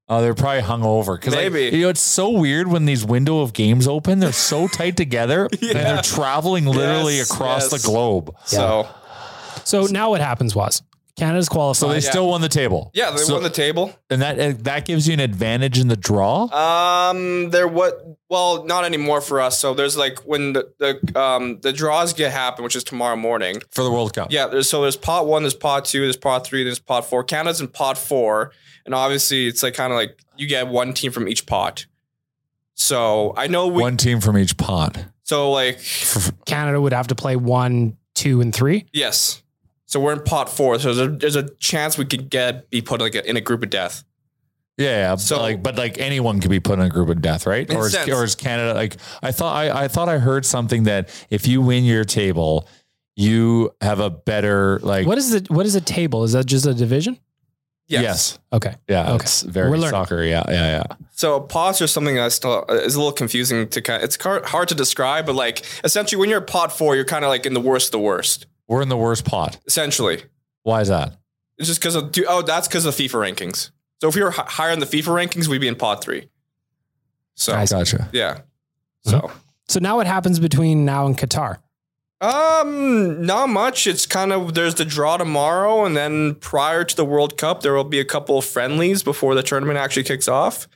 Speaker 5: Oh, they're probably hungover. Cause like,
Speaker 6: Maybe.
Speaker 5: you know it's so weird when these window of games open. They're so tight together, and they're traveling literally
Speaker 6: Yes,
Speaker 5: across
Speaker 6: yes.
Speaker 5: the globe.
Speaker 6: So
Speaker 4: So now what happens was Canada's qualified.
Speaker 5: So they still won the table.
Speaker 6: Uh, yeah, they
Speaker 5: So-
Speaker 6: won the table.
Speaker 5: and that and that gives you an advantage in the draw.
Speaker 6: Um, there what? Well, not anymore for us. So there's like when the, the um the draws get happen, which is tomorrow morning.
Speaker 5: for the World Cup.
Speaker 6: Yeah, there's so there's pot one, there's pot two, there's pot three, there's pot four. Canada's in pot four, and obviously it's like kind of like you get one team from each pot. So I know we.
Speaker 5: One team from each pot.
Speaker 6: So like
Speaker 4: Canada would have to play one, two, and three.
Speaker 6: yes, so we're in pot four. So there's a, there's a chance we could get be put like in a group of death.
Speaker 5: Yeah, yeah.
Speaker 6: So-
Speaker 5: So like, but like anyone could be put in a group of death, right?
Speaker 6: Makes
Speaker 5: Or is,
Speaker 6: sense.
Speaker 5: or is Canada like? I thought I, I thought I heard something that if you win your table, you have a better like.
Speaker 4: What is the what is a table? Is that just a division?
Speaker 6: Yes.
Speaker 5: Yes.
Speaker 4: Okay.
Speaker 5: Yeah.
Speaker 4: Okay.
Speaker 5: It's very
Speaker 4: We're learning.
Speaker 5: soccer. Yeah. Yeah. Yeah.
Speaker 6: So pots are something that still uh, is a little confusing to kind. It's car- hard to describe, but like essentially, when you're at pot four, you're kind of like in the worst of the worst.
Speaker 5: We're in the worst pot.
Speaker 6: Essentially,
Speaker 5: Why is that?
Speaker 6: it's just because of do- oh, that's because of FIFA rankings. So if we were hi- higher in the FIFA rankings, we'd be in pot three. So
Speaker 4: Nice.
Speaker 5: Gotcha.
Speaker 6: yeah, so
Speaker 4: So now what happens between now and Qatar?
Speaker 6: um, not much. It's kind of there's the draw tomorrow, and then prior to the World Cup, there will be a couple of friendlies before the tournament actually kicks off.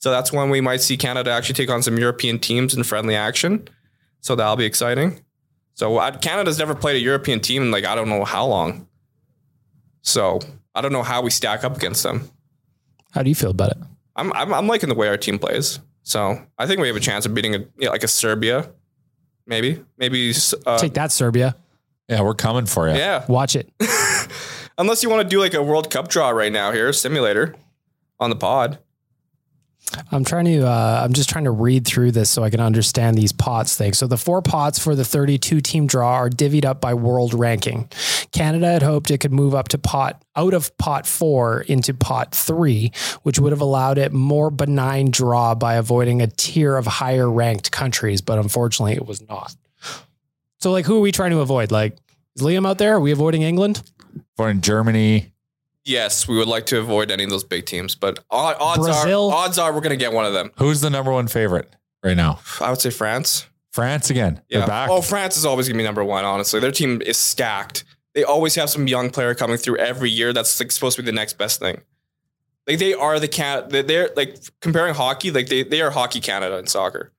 Speaker 6: So that's when we might see Canada actually take on some European teams in friendly action. So that'll be exciting. So I, Canada's never played a European team in like I don't know how long. So I don't know how we stack up against them.
Speaker 4: How do you feel about it?
Speaker 6: I'm I'm, I'm liking the way our team plays. So I think we have a chance of beating a you know, like a Serbia, maybe maybe uh,
Speaker 4: Take that, Serbia.
Speaker 5: Yeah, we're coming for you.
Speaker 6: yeah.
Speaker 4: Watch it.
Speaker 6: Unless you want to do like a World Cup draw right now here, simulator on the pod.
Speaker 4: I'm trying to. Uh, I'm just trying to read through this so I can understand these pots things. So the four pots for the 32 team draw are divvied up by world ranking. Canada had hoped it could move up to pot out of pot four into pot three, which would have allowed it more benign draw by avoiding a tier of higher ranked countries. But unfortunately, it was not. So like, who are we trying to avoid? Like, Is Liam out there? Are we avoiding England?
Speaker 5: For in Germany,
Speaker 6: Yes, we would like to avoid any of those big teams, but o- odds
Speaker 5: Brazil?
Speaker 6: are odds are we're going to get one of them.
Speaker 5: who's the number one favorite right now?
Speaker 6: I would say France.
Speaker 5: France again.
Speaker 6: Yeah.
Speaker 5: They're back.
Speaker 6: Oh, France is always going to be number one. Honestly, their team is stacked. They always have some young player coming through every year. That's like supposed to be the next best thing. Like they are the cat. They're like comparing hockey. Like they they are hockey Canada in soccer.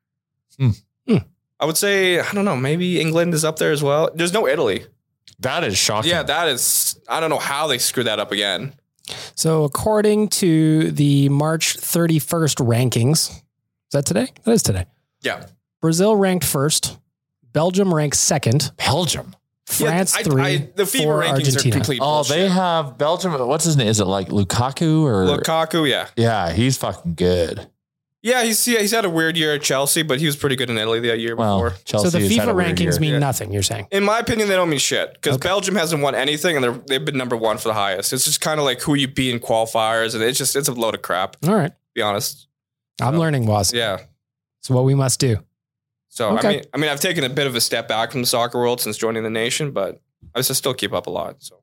Speaker 5: Hmm.
Speaker 4: Hmm.
Speaker 6: I would say I don't know. Maybe England is up there as well. There's no Italy.
Speaker 5: That is shocking.
Speaker 6: Yeah, that is. I don't know how they screwed that up again.
Speaker 4: So, according to the March 31st rankings, is that today? That is today.
Speaker 6: Yeah.
Speaker 4: Brazil ranked first, Belgium ranked second,
Speaker 5: Belgium,
Speaker 4: France
Speaker 6: I-
Speaker 4: three,
Speaker 6: I- the FIBA
Speaker 4: four
Speaker 6: rankings are
Speaker 4: Argentina.
Speaker 6: complete-
Speaker 5: Oh, they have Belgium. What's his name? Is it like Lukaku or
Speaker 6: Lukaku. Yeah.
Speaker 5: Yeah, he's fucking good.
Speaker 6: Yeah, he's yeah, he's had a weird year at Chelsea, but he was pretty good in Italy that year
Speaker 5: Well,
Speaker 6: before.
Speaker 4: so
Speaker 5: Chelsea
Speaker 4: the
Speaker 5: has had a
Speaker 4: FIFA
Speaker 5: weird
Speaker 4: rankings
Speaker 5: year.
Speaker 4: mean
Speaker 6: Yeah.
Speaker 4: nothing. You're saying?
Speaker 6: In my opinion, they don't mean shit because Belgium hasn't won anything, and they're, they've been number one for the highest. It's just kind of like who you beat in qualifiers, and it's just it's a load of crap. To
Speaker 4: All right,
Speaker 6: be honest,
Speaker 4: I'm learning, Was.
Speaker 6: yeah.
Speaker 4: It's what we must do.
Speaker 6: So
Speaker 4: Okay.
Speaker 6: I mean, I mean, I've taken a bit of a step back from the soccer world since joining the nation, but I just still keep up a lot. So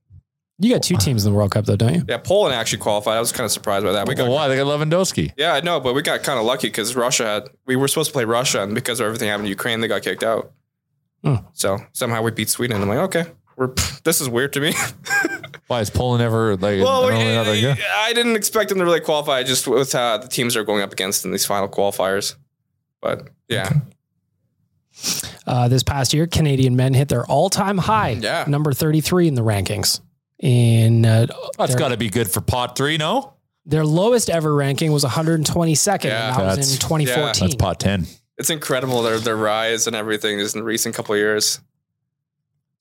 Speaker 4: You got
Speaker 6: Oh.
Speaker 4: two teams in the World Cup, though, don't you?
Speaker 6: yeah, Poland actually qualified. I was kind of surprised by that. We got
Speaker 5: Well, why they got Lewandowski?
Speaker 6: yeah, I know, but we got kind of lucky because Russia had we were supposed to play Russia, and because of everything happened in Ukraine, they got kicked out.
Speaker 4: Hmm.
Speaker 6: So somehow we beat Sweden. I'm like, okay, we're (laughs) this is weird to
Speaker 5: (laughs)
Speaker 6: me.
Speaker 5: Why is Poland ever like?
Speaker 6: Well,
Speaker 5: I don't know, not that good?
Speaker 6: I didn't expect them to really qualify just with uh, the teams they're going up against in these final qualifiers. But yeah,
Speaker 4: Uh, this past year, Canadian men hit their all-time high,
Speaker 6: Yeah.
Speaker 4: number 33 in the rankings. In uh,
Speaker 5: That's
Speaker 4: their,
Speaker 5: got to be good for pot three. No,
Speaker 4: their lowest ever ranking was 122nd.
Speaker 6: Yeah.
Speaker 4: and that was in
Speaker 5: That's-
Speaker 4: 2014.
Speaker 5: that's pot ten.
Speaker 6: it's incredible their their rise and everything is in the recent couple of years.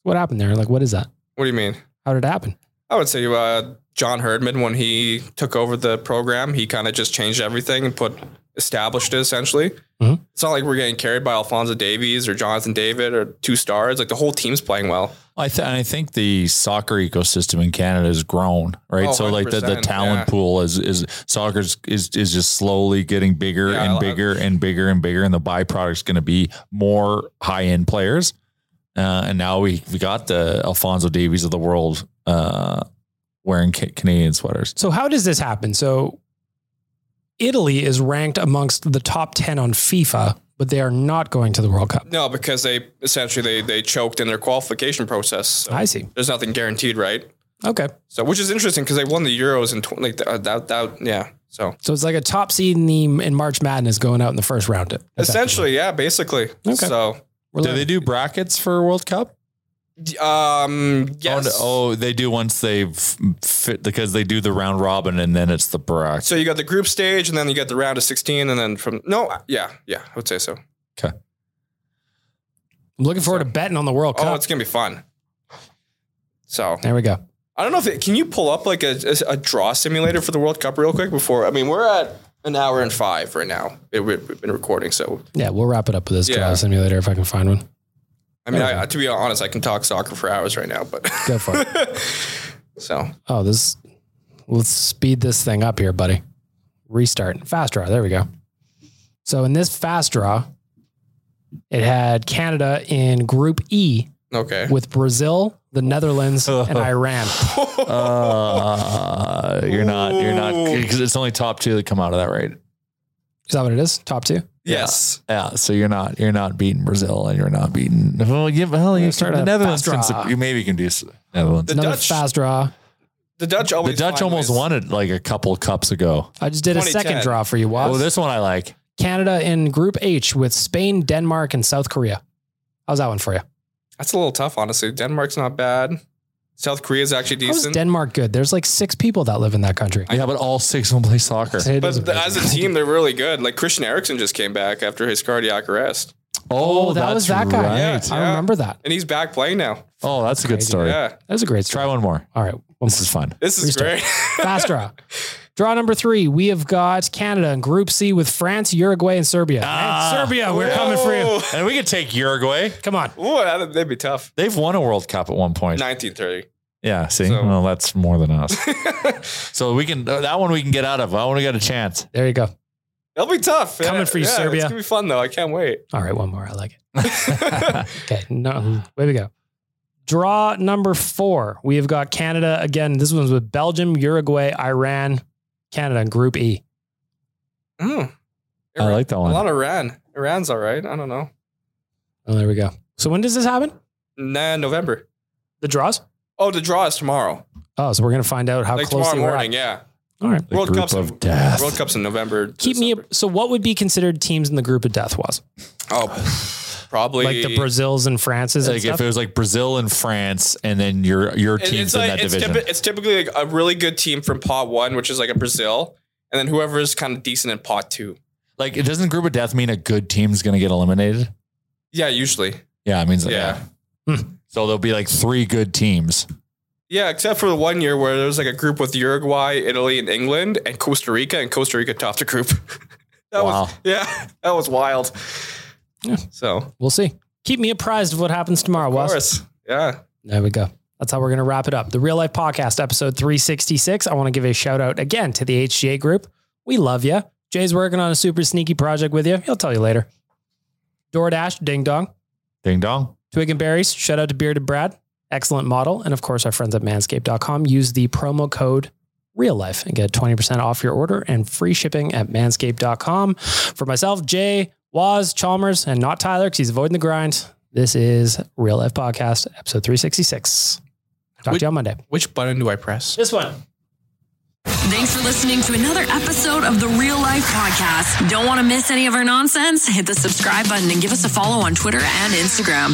Speaker 4: What happened there? Like, what is that?
Speaker 6: What do you mean?
Speaker 4: How did it happen?
Speaker 6: I would say uh, John Herdman when he took over the program, he kind of just changed everything and put established it essentially.
Speaker 4: Mhm.
Speaker 6: It's not like we're getting carried by Alfonso Davies or Jonathan David or two stars. Like the whole team's playing well.
Speaker 5: I th- and I think the soccer ecosystem in Canada has grown, right?
Speaker 6: Oh,
Speaker 5: so like the, the
Speaker 6: 100%,
Speaker 5: talent
Speaker 6: yeah.
Speaker 5: pool is is soccer's is is just slowly getting bigger
Speaker 6: Yeah,
Speaker 5: and
Speaker 6: I-
Speaker 5: bigger and bigger and bigger, and the byproduct's going to be more high end players. Uh, and now we we got the Alfonso Davies of the world uh, wearing ca- Canadian sweaters.
Speaker 4: So, how does this happen? So, Italy is ranked amongst the top 10 on FIFA, but they are not going to the World Cup.
Speaker 6: No, because they essentially they they choked in their qualification process. So
Speaker 4: I see.
Speaker 6: there's nothing guaranteed, right?
Speaker 4: Okay.
Speaker 6: So, which is interesting because they won the Euros and tw- like uh, that, that, yeah. So
Speaker 4: So, it's like a top seed in the in March Madness going out in the first round.
Speaker 6: essentially, yeah, basically.
Speaker 4: Okay.
Speaker 6: So,
Speaker 4: We're
Speaker 5: do they
Speaker 4: learning.
Speaker 5: do brackets for World Cup?
Speaker 6: d- um, yes.
Speaker 5: Oh, no. oh, they do once they fit because they do the round robin and then it's the bracket.
Speaker 6: So you got the group stage, and then you got the round of sixteen, and then from no, uh, yeah, yeah, I would say so.
Speaker 4: I'm looking forward to betting on the World Cup.
Speaker 6: Oh, it's gonna be fun. So
Speaker 4: there we go.
Speaker 6: I don't know if it, can you pull up like a, a, a draw simulator for the World Cup real quick before. I mean, we're at an hour and five right now. It, we- we've been recording, so
Speaker 4: Yeah, we'll wrap it up with this
Speaker 6: Yeah.
Speaker 4: draw simulator if I can find one.
Speaker 6: I mean, I, to be honest, I can talk soccer for hours right now, but (laughs)
Speaker 4: Go for it.
Speaker 6: so
Speaker 4: Oh, this. Let's speed this thing up here, buddy. Restart fast draw. There we go. So in this fast draw, it had Canada in Group E
Speaker 6: okay.
Speaker 4: with Brazil,
Speaker 6: (laughs)
Speaker 4: the Netherlands, and Iran.
Speaker 5: Uh, you're not. You're not because it's only top two that come out of that, right?
Speaker 4: Is that what it is? Top two.
Speaker 6: yes.
Speaker 5: Yeah. So you're not. You're not beating Brazil, and you're not beating. Well, yeah. Well, you start
Speaker 4: a
Speaker 5: the Netherlands.
Speaker 4: fast
Speaker 5: since-
Speaker 4: draw.
Speaker 5: You maybe can do s- Netherlands.
Speaker 6: The
Speaker 5: The,
Speaker 4: Another
Speaker 6: Dutch-
Speaker 4: fast draw.
Speaker 6: The Dutch always
Speaker 5: Dutch
Speaker 6: find
Speaker 5: almost
Speaker 6: ways.
Speaker 5: won it like a couple cups ago.
Speaker 4: I just did a second
Speaker 6: 2010.
Speaker 4: draw for you. Watts.
Speaker 5: Oh, this one I like.
Speaker 4: Canada in Group H with Spain, Denmark, and South Korea. How's that one for you?
Speaker 6: That's a little tough, honestly. Denmark's not bad. South Korea's actually
Speaker 4: How's
Speaker 6: decent.
Speaker 4: Denmark good? There's like six people that live in that country.
Speaker 5: Yeah, but all six of them play soccer.
Speaker 4: It
Speaker 6: but
Speaker 4: is
Speaker 6: th- as a team, they're really good. Like Christian Eriksen just came back after his cardiac arrest,
Speaker 5: Oh,
Speaker 4: that was that
Speaker 5: that's
Speaker 4: guy.
Speaker 5: right.
Speaker 6: Yeah.
Speaker 4: I remember that.
Speaker 6: and he's back playing now.
Speaker 5: Oh, that's a good story.
Speaker 6: Yeah,
Speaker 4: That was a great
Speaker 5: Try
Speaker 4: try.
Speaker 5: one more.
Speaker 4: All right. one
Speaker 5: This
Speaker 4: more.
Speaker 5: is fun.
Speaker 6: this is
Speaker 4: Restart.
Speaker 6: great. (laughs)
Speaker 4: Fast draw. Draw number three. We have got Canada in Group C with France, Uruguay, and Serbia.
Speaker 6: Ah.
Speaker 4: Man, Serbia, we're coming for you.
Speaker 6: Whoa.
Speaker 5: And we could take Uruguay.
Speaker 4: Come on.
Speaker 6: Ooh, that'd, that'd be tough.
Speaker 5: They've won a World Cup at one point.
Speaker 6: 1930.
Speaker 5: Yeah, see,
Speaker 6: So-
Speaker 5: well, that's more than
Speaker 8: (laughs)
Speaker 5: us. so we can
Speaker 8: uh,
Speaker 5: that one we can get out of. I want to get a chance.
Speaker 4: There you go.
Speaker 6: That'll be tough.
Speaker 4: Coming
Speaker 6: Yeah,
Speaker 4: for you,
Speaker 6: yeah,
Speaker 4: Serbia.
Speaker 6: It's gonna be fun though. I can't wait. (laughs)
Speaker 4: All right. One more. I like it. Okay. No, way we go. Draw number four. We have got Canada again. This one's with Belgium, Uruguay, Iran, Canada in Group E.
Speaker 6: Mm,
Speaker 8: I like that
Speaker 6: a
Speaker 8: one.
Speaker 6: lot of Iran. Iran's all right. I don't know.
Speaker 4: Oh, there we go. So when does this happen?
Speaker 6: Nah, November.
Speaker 4: The draws?
Speaker 6: Oh, the draw is tomorrow.
Speaker 4: Oh, so we're gonna find out how
Speaker 6: like
Speaker 4: close
Speaker 6: tomorrow
Speaker 4: they were.
Speaker 6: morning. Yeah.
Speaker 4: All right.
Speaker 6: World Cups of death. World Cups in November.
Speaker 4: Keep me. So what would be considered teams in the group of death was
Speaker 6: Oh, probably
Speaker 4: like the Brazils and Frances. and
Speaker 8: like
Speaker 4: stuff?
Speaker 8: if it was like Brazil and France, and then your your
Speaker 6: It-
Speaker 8: teams
Speaker 6: it's,
Speaker 8: in
Speaker 6: like,
Speaker 8: that
Speaker 6: it's,
Speaker 8: division.
Speaker 6: typi- it's typically like a really good team from pot one, which is like a Brazil, and then whoever is kind of decent in pot two.
Speaker 8: like, it doesn't group of death mean a good team's going to get eliminated?
Speaker 6: Yeah, usually.
Speaker 8: Yeah, it means
Speaker 6: Yeah.
Speaker 8: yeah. Hmm. so there'll be like three good teams.
Speaker 6: Yeah, except for the one year where there was like a group with Uruguay, Italy, and England, and Costa Rica, and Costa Rica topped the group. (laughs) that was yeah, that was wild. So
Speaker 4: We'll see. Keep me apprised of what happens tomorrow,
Speaker 6: of
Speaker 4: Wes.
Speaker 6: course, yeah.
Speaker 4: There we go. That's how we're going to wrap it up. The Real Life Podcast, episode 366. I want to give a shout out again to the HGA group. We love you. Jay's working on a super sneaky project with you. He'll tell you later. DoorDash, ding dong.
Speaker 8: Ding dong.
Speaker 4: Twig and Berries, shout out to Bearded Brad. Excellent model. And of course, our friends at manscaped.com. Use the promo code real life and get 20% off your order and free shipping at manscaped.com. For myself, Jay, Waz, Chalmers, and not Tyler because he's avoiding the grind. This is Real Life Podcast, episode 366. Talk to you on Monday.
Speaker 6: Which button do I press?
Speaker 4: This one.
Speaker 9: Thanks for listening to another episode of the Real Life Podcast. Don't want to miss any of our nonsense? Hit the subscribe button and give us a follow on Twitter and Instagram.